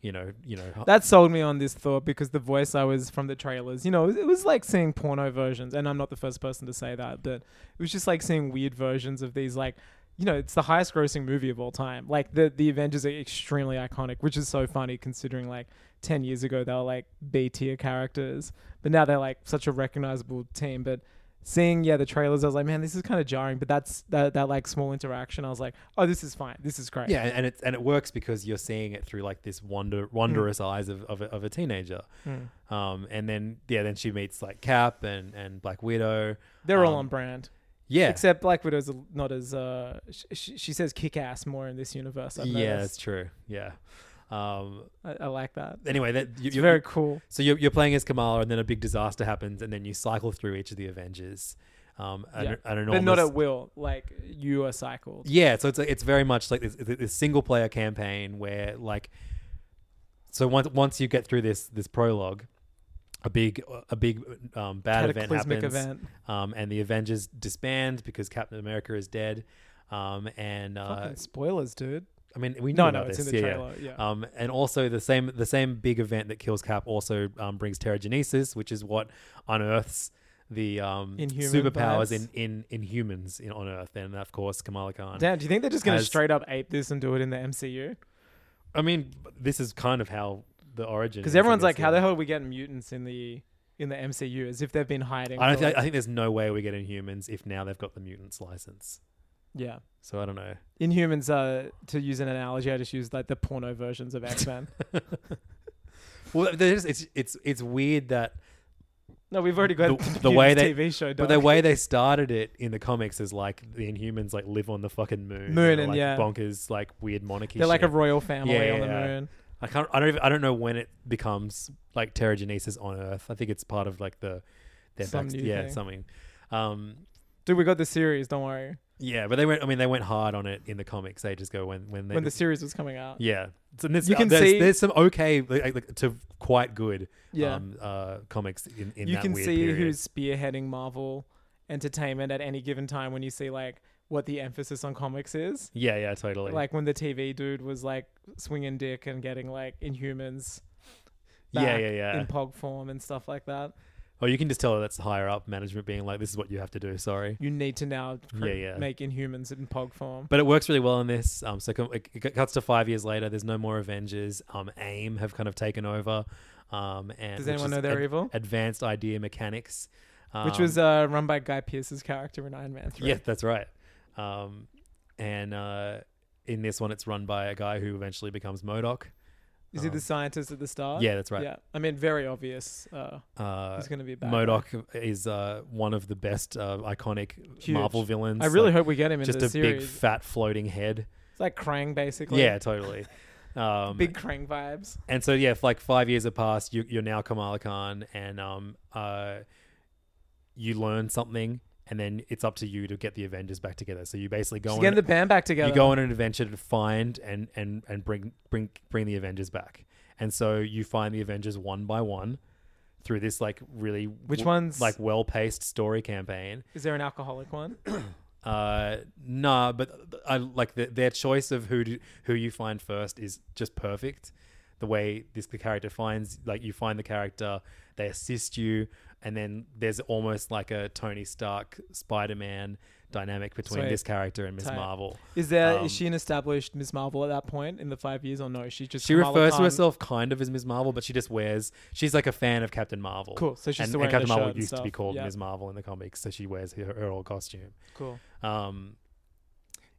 you know, you know, hu-
That sold me on this thought because the voice I was from the trailers, you know, it was like seeing porno versions, and I'm not the first person to say that, but it was just like seeing weird versions of these, like, you know, it's the highest grossing movie of all time. Like the the Avengers are extremely iconic, which is so funny considering like ten years ago they were like B tier characters, but now they're like such a recognizable team. But seeing yeah the trailers, I was like, man, this is kind of jarring. But that's that that like small interaction, I was like, oh, this is fine, this is great.
yeah, and, and it and it works because you're seeing it through like this wonder wondrous eyes of of a, of a teenager.
Hmm.
Um, and then yeah, then she meets like Cap and and Black Widow.
they're all
Um,
on brand.
Yeah,
Except Black Widow's a- not as uh, she, she says kick ass more in this universe. I've
yeah, that's
noticed.
true. Yeah. Um.
I, I like that.
Anyway, that you,
It's
you-
very cool.
So you're, you're playing as Kamala, and then a big disaster happens, and then you cycle through each of the Avengers. Um, an,
Yeah.
an
But not
enormous-
at will. Like you are cycled.
Yeah, so it's it's very much like this, this single player campaign where like so once once you get through this this prologue, a big a big um, bad event
Cataclysmic
happens,
event.
Um, and the Avengers disband because Captain America is dead. Um, and uh,
Fucking spoilers, dude.
I mean we know
No,
about
no, it's
this,
in the
yeah,
trailer, yeah.
Um, and also the same the same big event that kills Cap also um, brings pterogenesis, which is what unearths the um,
Inhuman
superpowers
vibes.
in, in in humans in, on Earth, and of course Kamala Khan.
Damn, do you think they're just gonna
As-
straight up ape this and do it in the MCU?
I mean, this is kind of how the origin.
Because
is, I
everyone's
guess,
like, how
yeah.
the hell are we getting mutants in the in the MCU? As if they've been hiding.
I don't
for,
think. I
like-
think there's no way we get Inhumans if now they've got the mutants license.
yeah.
So I don't know. [laughs]
Inhumans are to use an analogy. I just used like the porno versions of
[laughs]
X Men.
Well, there's, it's it's it's weird that
no, we've already got [laughs]
The- the way they-
TV show.
but
dog.
the way they started it in the comics is like the Inhumans like live on the fucking moon.
Moon
they're,
and
like,
yeah.
bonkers like weird monarchy.
They're like a
shit.
royal family
Yeah,
on the
yeah.
moon.
I can't. I don't. Even, I don't know when it becomes like pterogenesis on Earth. I think it's part of like the their
Some
back,
new
yeah
thing.
something. Um,
Dude, we got the series. Don't worry.
yeah, but they went. I mean, they went hard on it in the comics ages ago when when they
when the series was coming out,
Yeah. So there's,
You can
there's,
see-
there's some okay like, like, to quite good
Yeah.
um, uh, comics in, in
you
that
can
weird
see
period.
who's spearheading Marvel Entertainment at any given time. When you see like what the emphasis on comics is.
Yeah, yeah, totally.
Like when the TV dude was like swinging dick and getting like Inhumans.
Yeah,
back
yeah, yeah.
In pog form and stuff like that.
oh, you can just tell that's higher up management being like, this is what you have to do. Sorry.
You need to now cre-
Yeah, yeah.
make Inhumans in pog form.
But it works really well in this. Um, so com- it, it cuts to five years later. There's no more Avengers. Um, AIM have kind of taken over. Um, and
Does
which
anyone
is
know they're evil?
Advanced idea mechanics, um,
which was uh, run by Guy Pearce's character in Iron Man 3.
yeah, that's right. Um, and uh, in this one, it's run by a guy who eventually becomes Modoc.
Is he the scientist at the start?
Um, Yeah, that's right.
Yeah. I mean, very obvious. Uh,
Uh,
he's going to be a bad guy.
Modoc is uh, one of the best uh, iconic
Huge.
Marvel villains.
I really
Like,
hope we get him in
just
the
a
series.
big fat floating head.
it's like Krang, basically.
yeah,
[laughs]
totally. Um,
Big Krang vibes.
and so yeah, if like five years have passed, you, you're now Kamala Khan, and um, uh, you learn something, and then it's up to you to get the Avengers back together. So you basically go
She's
on
getting the band back together.
you go on an adventure to find and and and bring bring bring the Avengers back. And so you find the Avengers one by one through this like really
Which ones?
like well paced story campaign.
Is there an alcoholic one?
Uh, nah, but I like the, their choice of who do, who you find first is just perfect. The way this the character finds, like you find the character, they assist you, and then there's almost like a Tony Stark Spider Man dynamic between
Sweet.
this character and Miss
Tight.
Marvel.
Is there? Is
Um,
she an established Miss Marvel at that point in the five years, or no? She's just
She
Kamala
refers
Khan.
to herself kind of as Ms. Marvel, but she just wears. She's like a fan of Captain Marvel.
Cool, so she's
and, and
still wearing
Captain
the
Marvel
shirt and
used to be
stuff,
called
yeah.
Ms. Marvel in the comics, so she wears her, her old costume.
Cool.
Um,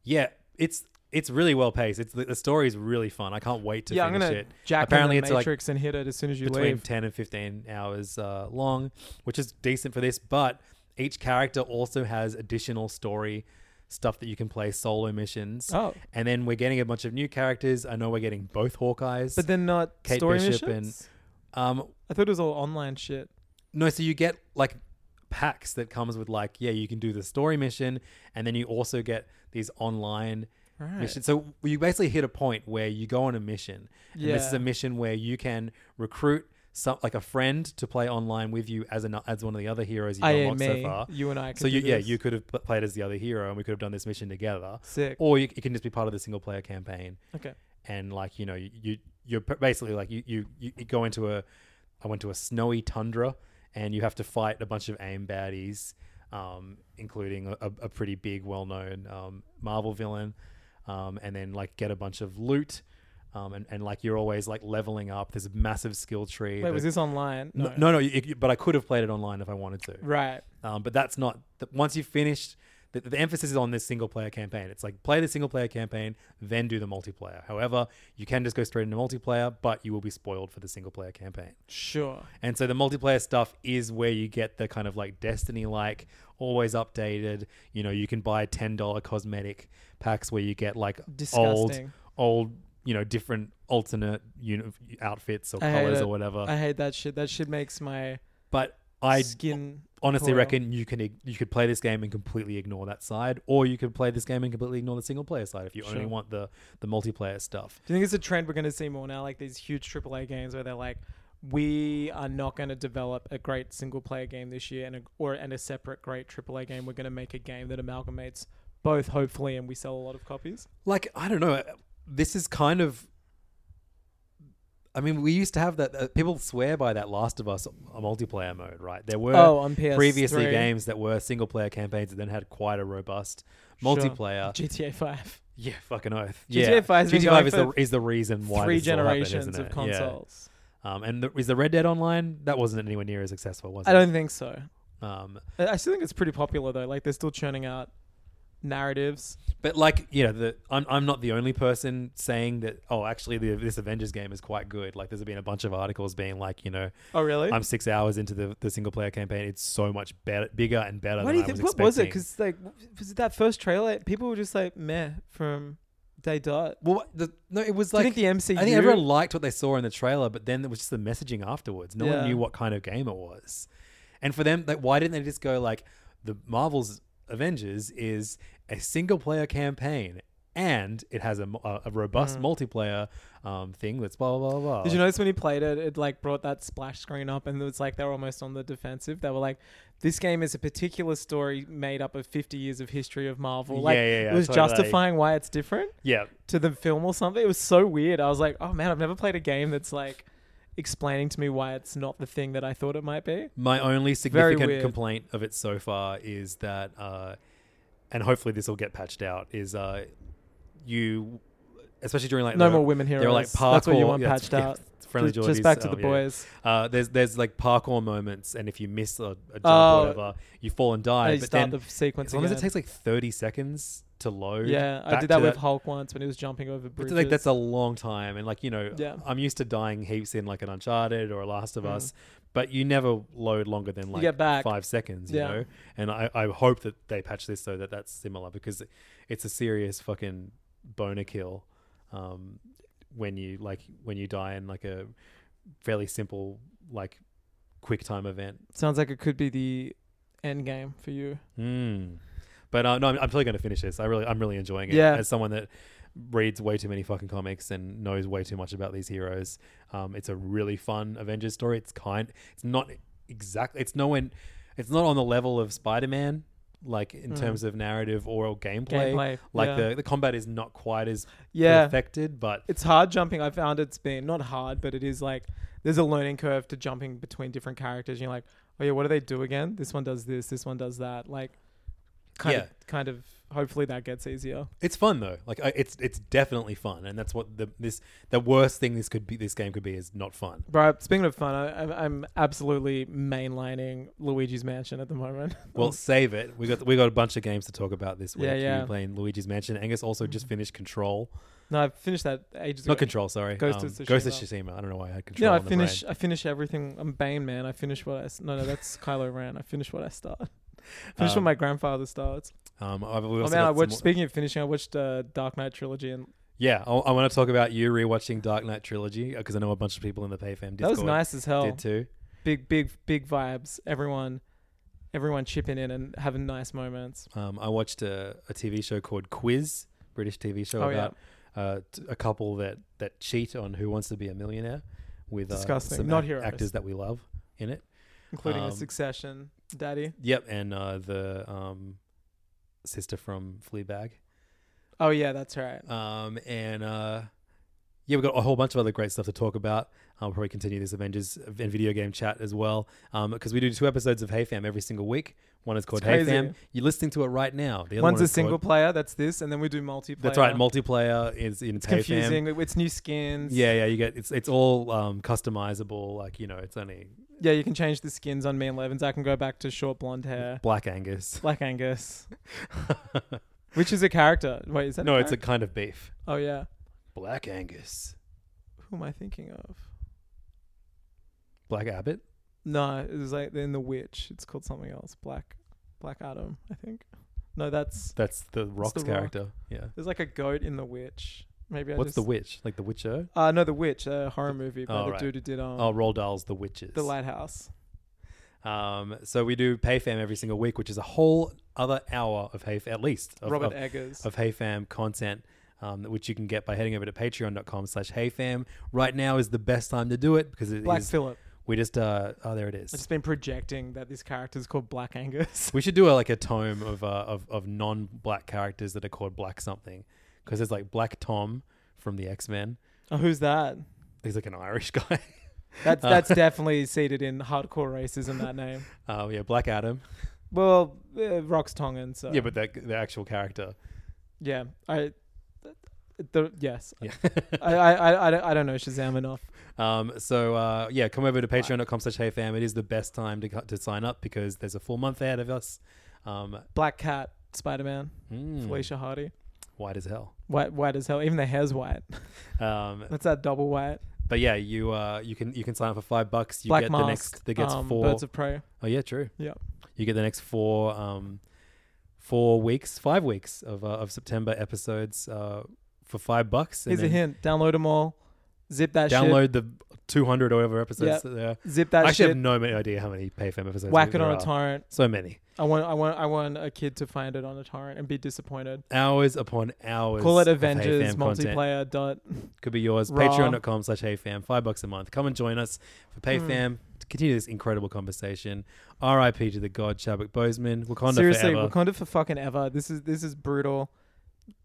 yeah, it's it's really well paced. It's the, the story is really fun. I can't wait to
yeah, I'm
finish
gonna
it.
jack
Apparently,
Apparently
it's
the Matrix and hit it as soon as you
like between
leave.
ten and fifteen hours uh, long, which is decent for this. But each character also has additional story stuff that you can play solo missions.
Oh.
and then we're getting a bunch of new characters. I know we're getting both Hawkeyes,
but then not
Kate
story
Bishop and-
missions.
um,
I thought it was all online shit.
No, so you get like packs that comes with like, yeah, you can do the story mission, and then you also get these online
Right.
missions. So you basically hit a point where you go on a mission, and this is
Yeah.
a mission where you can recruit some like a friend to play online with you as an as one of the other heroes you've
I am
unlocked so
me. [laughs]
far.
You and I. Can
so you,
do
yeah,
this.
you could have pl- played as the other hero, and we could have done this mission together.
Sick.
Or you, you can just be part of the single player campaign
Okay.
and like you know you- you you're p- basically like you you, you go into a I went to a snowy tundra and you have to fight a bunch of aim baddies, um, including a, a pretty big well known um, Marvel villain, um, and then like get a bunch of loot. Um, and, and like you're always like leveling up. There's a massive skill tree.
Wait,
that-
was this online?
no, no, no you- you- but I could have played it online if I wanted to.
Right.
Um, but that's not th- once you've finished. The, the emphasis is on this single player campaign. It's like play the single player campaign, then do the multiplayer. However, you can just go straight into multiplayer, but you will be spoiled for the single player campaign.
Sure.
And so the multiplayer stuff is where you get the kind of like Destiny like, always updated. You know, you can buy $10 cosmetic packs where you get like
Disgusting.
old, old, you know, different alternate uni- outfits or
I hate
colors
it.
or whatever.
I hate that shit. That shit makes my
but I
skin.
honestly
Cool.
reckon you can ig- you could play this game and completely ignore that side, or you could play this game and completely ignore the single player side if you only
Sure.
want the the multiplayer stuff.
Do you think it's a trend we're going to see more now? Like these huge AAA games where they're like, we are not going to develop a great single player game this year and a, or and a separate great AAA game. We're going to make a game that amalgamates both, hopefully, and we sell a lot of copies.
Like I don't know, this is kind of. I mean, we used to have that. Uh, people swear by that Last of Us a multiplayer mode, right? There were
Oh, on PS3.
previously games that were single player campaigns that then had quite a robust
Sure.
multiplayer.
GTA 5.
yeah, fucking oath.
GTA
yeah.
5 has been
GTA
going
5 is
for
the, is the reason [laughs] why
Three
this has all happened,
generations
isn't
of
it? Yeah.
consoles.
Um, and the, is the Red Dead Online that wasn't anywhere near as successful, was it?
I don't think so.
Um,
I I still think it's pretty popular, though. Like they're still churning out narratives.
but like, you know, the, I'm I'm not the only person saying that. Oh, actually, the, this Avengers game is quite good. Like, there's been a bunch of articles being like, you know,
Oh, really?
I'm six hours into the, the single player campaign. It's so much better, bigger and better.
Why
than
do you
I
think?
was
What was it?
expecting."
Because like, w- was it that first trailer? People were just like, meh, from day dot.
well, what- the, no, it was
Do you
like
think the
I think
MCU
everyone liked what they saw in the trailer, but then it was just the messaging afterwards. No one
Yeah.
knew what kind of game it was, and for them, like, why didn't they just go like the Marvel's Avengers is a single player campaign and it has a, mu- a, a robust multiplayer um, thing that's blah blah blah. blah.
Mm. Did you notice when he played it, it like brought that splash screen up and it was like they were almost on the defensive. They were like, this game is a particular story made up of 50 years of history of Marvel. Like,
Yeah, yeah, yeah,
it was
totally.
justifying why it's different
Yeah,
to the film or something. It was so weird. I was like, oh man, I've never played a game that's like explaining to me why it's not the thing that I thought it might be.
My only significant
weird.
complaint of it so far is that, uh, and hopefully this will get patched out, is uh, you, especially during like
No
the-
more women heroes.
There were like parkour.
That's what you want
yeah,
patched
yeah, [laughs]
out.
friendly
Just- just back to the
yeah.
boys.
Uh, there's there's like parkour moments, and if you miss a, a jump
Oh.
or whatever, you fall and die.
And you
but
start
then,
the sequence
as long as it
again.
takes like 30 seconds to load.
Yeah, I
back
did
to
that with Hulk once when he was jumping over
But,
bridges.
like that's a long time, and like you know,
Yeah. Mm.
I'm used to dying heaps in like an Uncharted or a Last of Us, but you never load longer than like
get back.
five seconds, you
Yeah.
know. And I, I hope that they patch this so that that's similar because it's a serious fucking boner kill um, when you like when you die in like a fairly simple like quick time event.
Sounds like it could be the end game for you.
Mm. But uh, no, I'm, I'm totally going to finish this. I really, I'm really enjoying it.
Yeah.
As someone that reads way too many fucking comics and knows way too much about these heroes, um, it's a really fun Avengers story. It's kind. It's not exactly. It's no one. It's not on the level of Spider-Man, like in terms of narrative or gameplay.
Hmm. Gameplay,
like
yeah.
the the combat is not quite as
Yeah.
perfected, but
It's hard jumping. I found it's been not hard, but it is like there's a learning curve to jumping between different characters. You're like, oh yeah, what do they do again? This one does this. This one does that. Like, kind
Yeah.
of, kind of. Hopefully that gets easier.
It's fun though. Like I, it's it's definitely fun, and that's what the this the worst thing this could be. This game could be is not fun.
Right. Speaking of fun, I, I'm, I'm absolutely mainlining Luigi's Mansion at the moment. [laughs]
Well, save it. We got we got a bunch of games to talk about this week.
Yeah, yeah. Mm-hmm.
You playing Luigi's Mansion. Angus also just finished Control.
no, I finished that ages
Not
ago.
Control, sorry. Um,
Ghost of Tsushima.
Ghost of Tsushima. I don't know why I had Control.
No, I
on the
finish.
brain.
I finish everything. I'm Bane, man. I finish what I. s- No, no, that's [laughs] Kylo Ran. I finish what I start. [laughs] Finish
Um,
what my grandfather starts.
Um, I've, we
Oh
also
man,
got
I
some
watched.
more-
Speaking of finishing, I watched uh, Dark Knight trilogy, and
yeah, I, want to talk about you rewatching Dark Knight Trilogy because I know a bunch of people in the PayFam Discord
that was nice as hell.
did too.
Big, big, big vibes. Everyone, everyone chipping in and having nice moments.
Um, I watched a, a TV show called Quiz, British TV show
Oh, yeah.
about uh, t- a couple that that cheat on Who Wants to Be a Millionaire with uh,
Disgusting.
some
Not
ac-
heroes.
actors that we love in it.
Including a
Um,
Succession, Daddy.
Yep, and uh, the um, sister from Fleabag.
Oh yeah, that's right.
Um, and uh, yeah, we've got a whole bunch of other great stuff to talk about. I'll probably continue this Avengers and video game chat as well because we do two episodes of Hey Fam every single week. One is called
It's
Hey
crazy.
Fam. You're listening to it right now. The other
One's
one
a
is
single
Called,
player. That's this, and then we do multiplayer.
that's right. Multiplayer is in
It's
Hey
confusing.
Fam.
It's new skins.
Yeah, yeah. You get it's it's all um, customizable. Like you know, it's only
yeah. You can change the skins on me and Levins. I can go back to short blonde hair,
Black Angus. [laughs]
Black Angus, which is a character. Wait, is that
no, it's a
character?
kind of beef.
Oh yeah.
Black Angus.
Who am I thinking of?
Black Abbott.
No, it was like in the witch. It's called something else. Black, Black Adam, I think. No, that's
That's the Rock's
The Rock.
character. Yeah.
there's like a goat in the witch. Maybe I
What's
just,
the witch? Like the Witcher?
Uh no, the witch, a horror movie by
Oh,
the
right.
dude who did um
oh, Roald Dahl's The Witches.
the lighthouse.
Um, so we do PayFam every single week, which is a whole other hour of Hey, at least of,
Robert
of,
Eggers.
of HeyFam content, um, which you can get by heading over to Patreon.com/slash HeyFam. Right now is the best time to do it because it
Black
is-
Phillip.
We just uh, oh, there it
I've just
is.
been projecting that this character's called
[laughs]
Black Angus.
We should do a, like a tome of uh, of of non-black characters that are called Black something because there's like Black Tom from the X Men.
oh, who's that?
He's like an Irish [laughs] guy.
That's that's definitely seated in hardcore racism.
[laughs]
That name.
uh, yeah, Black Adam.
Well, uh, Rock's Tongan. So
Yeah, but that the actual character.
yeah, I. The, yes,
Yeah.
[laughs]
[laughs]
I, I, I, I don't- I don't know Shazam enough.
Um, so uh, yeah, come over to patreon.com slash heyfam. It is the best time to, cut- to sign up because there's a full month ahead of us. Um,
Black Cat, Spider Man,
mm,
Felicia Hardy.
White as hell.
White, white as hell. Even the hair's white. [laughs]
Um,
That's that double white.
but yeah, you uh, you can you can sign up for five bucks. You
Black
get
mask.
the next that gets
um,
four
Birds of prey.
Oh yeah, true.
Yeah.
You get the next four um, four weeks, five weeks of uh, of September episodes uh, for five bucks.
Here's a
then
hint. Download them all. Zip that
Download the 200 or whatever episodes
Yeah.
that there. are.
shit. Zip
I
that
actually
shit.
have no idea how many PayFam episodes.
Whack it
there
on
are.
a torrent.
So many.
I want, I want, I want a kid to find it on a torrent and be disappointed.
Hours upon hours.
Call it
of
Avengers
AFAM content.
multiplayer dot.
Could be yours.
Raw.
Patreon.com slash HeyFam. Five bucks a month. Come and join us for
Hmm.
PayFam to continue this incredible conversation. R.I.P. to the god Chadwick Boseman. Wakanda
Seriously,
forever.
Wakanda for fucking ever. This is this is brutal.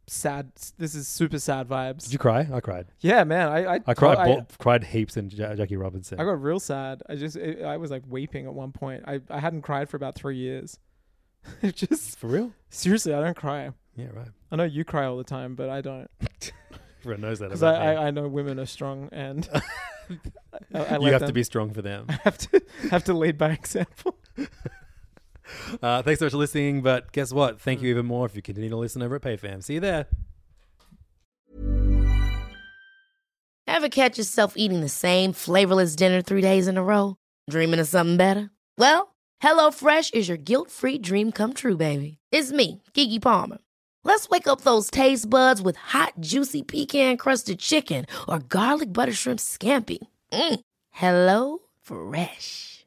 Sad. This is super sad vibes.
Did you cry? I cried.
yeah, man. I I,
I cried.
I,
bo- cried heaps in Ja- Jackie Robinson.
I got real sad. I just it, I was like weeping at one point. I I hadn't cried for about three years. [laughs] it just
for real?
seriously, I don't cry.
Yeah, right.
I know you cry all the time, but
[laughs]
I don't
Everyone knows that.
because
About
I,
me.
I I know women are strong and
[laughs]
I, I
you
let
have to
[laughs] them-
be strong for them.
have to have to lead by [laughs] example.
Uh, thanks so much for listening. But guess what? Thank
Hmm.
you even more if you continue to listen over at PayFam. See you there.
Ever catch yourself eating the same flavorless dinner three days in a row? Dreaming of something better? Well, HelloFresh is your guilt free dream come true, baby. It's me, Kiki Palmer. Let's wake up those taste buds with hot, juicy pecan crusted chicken or garlic butter shrimp scampi. Mm. Hello Fresh.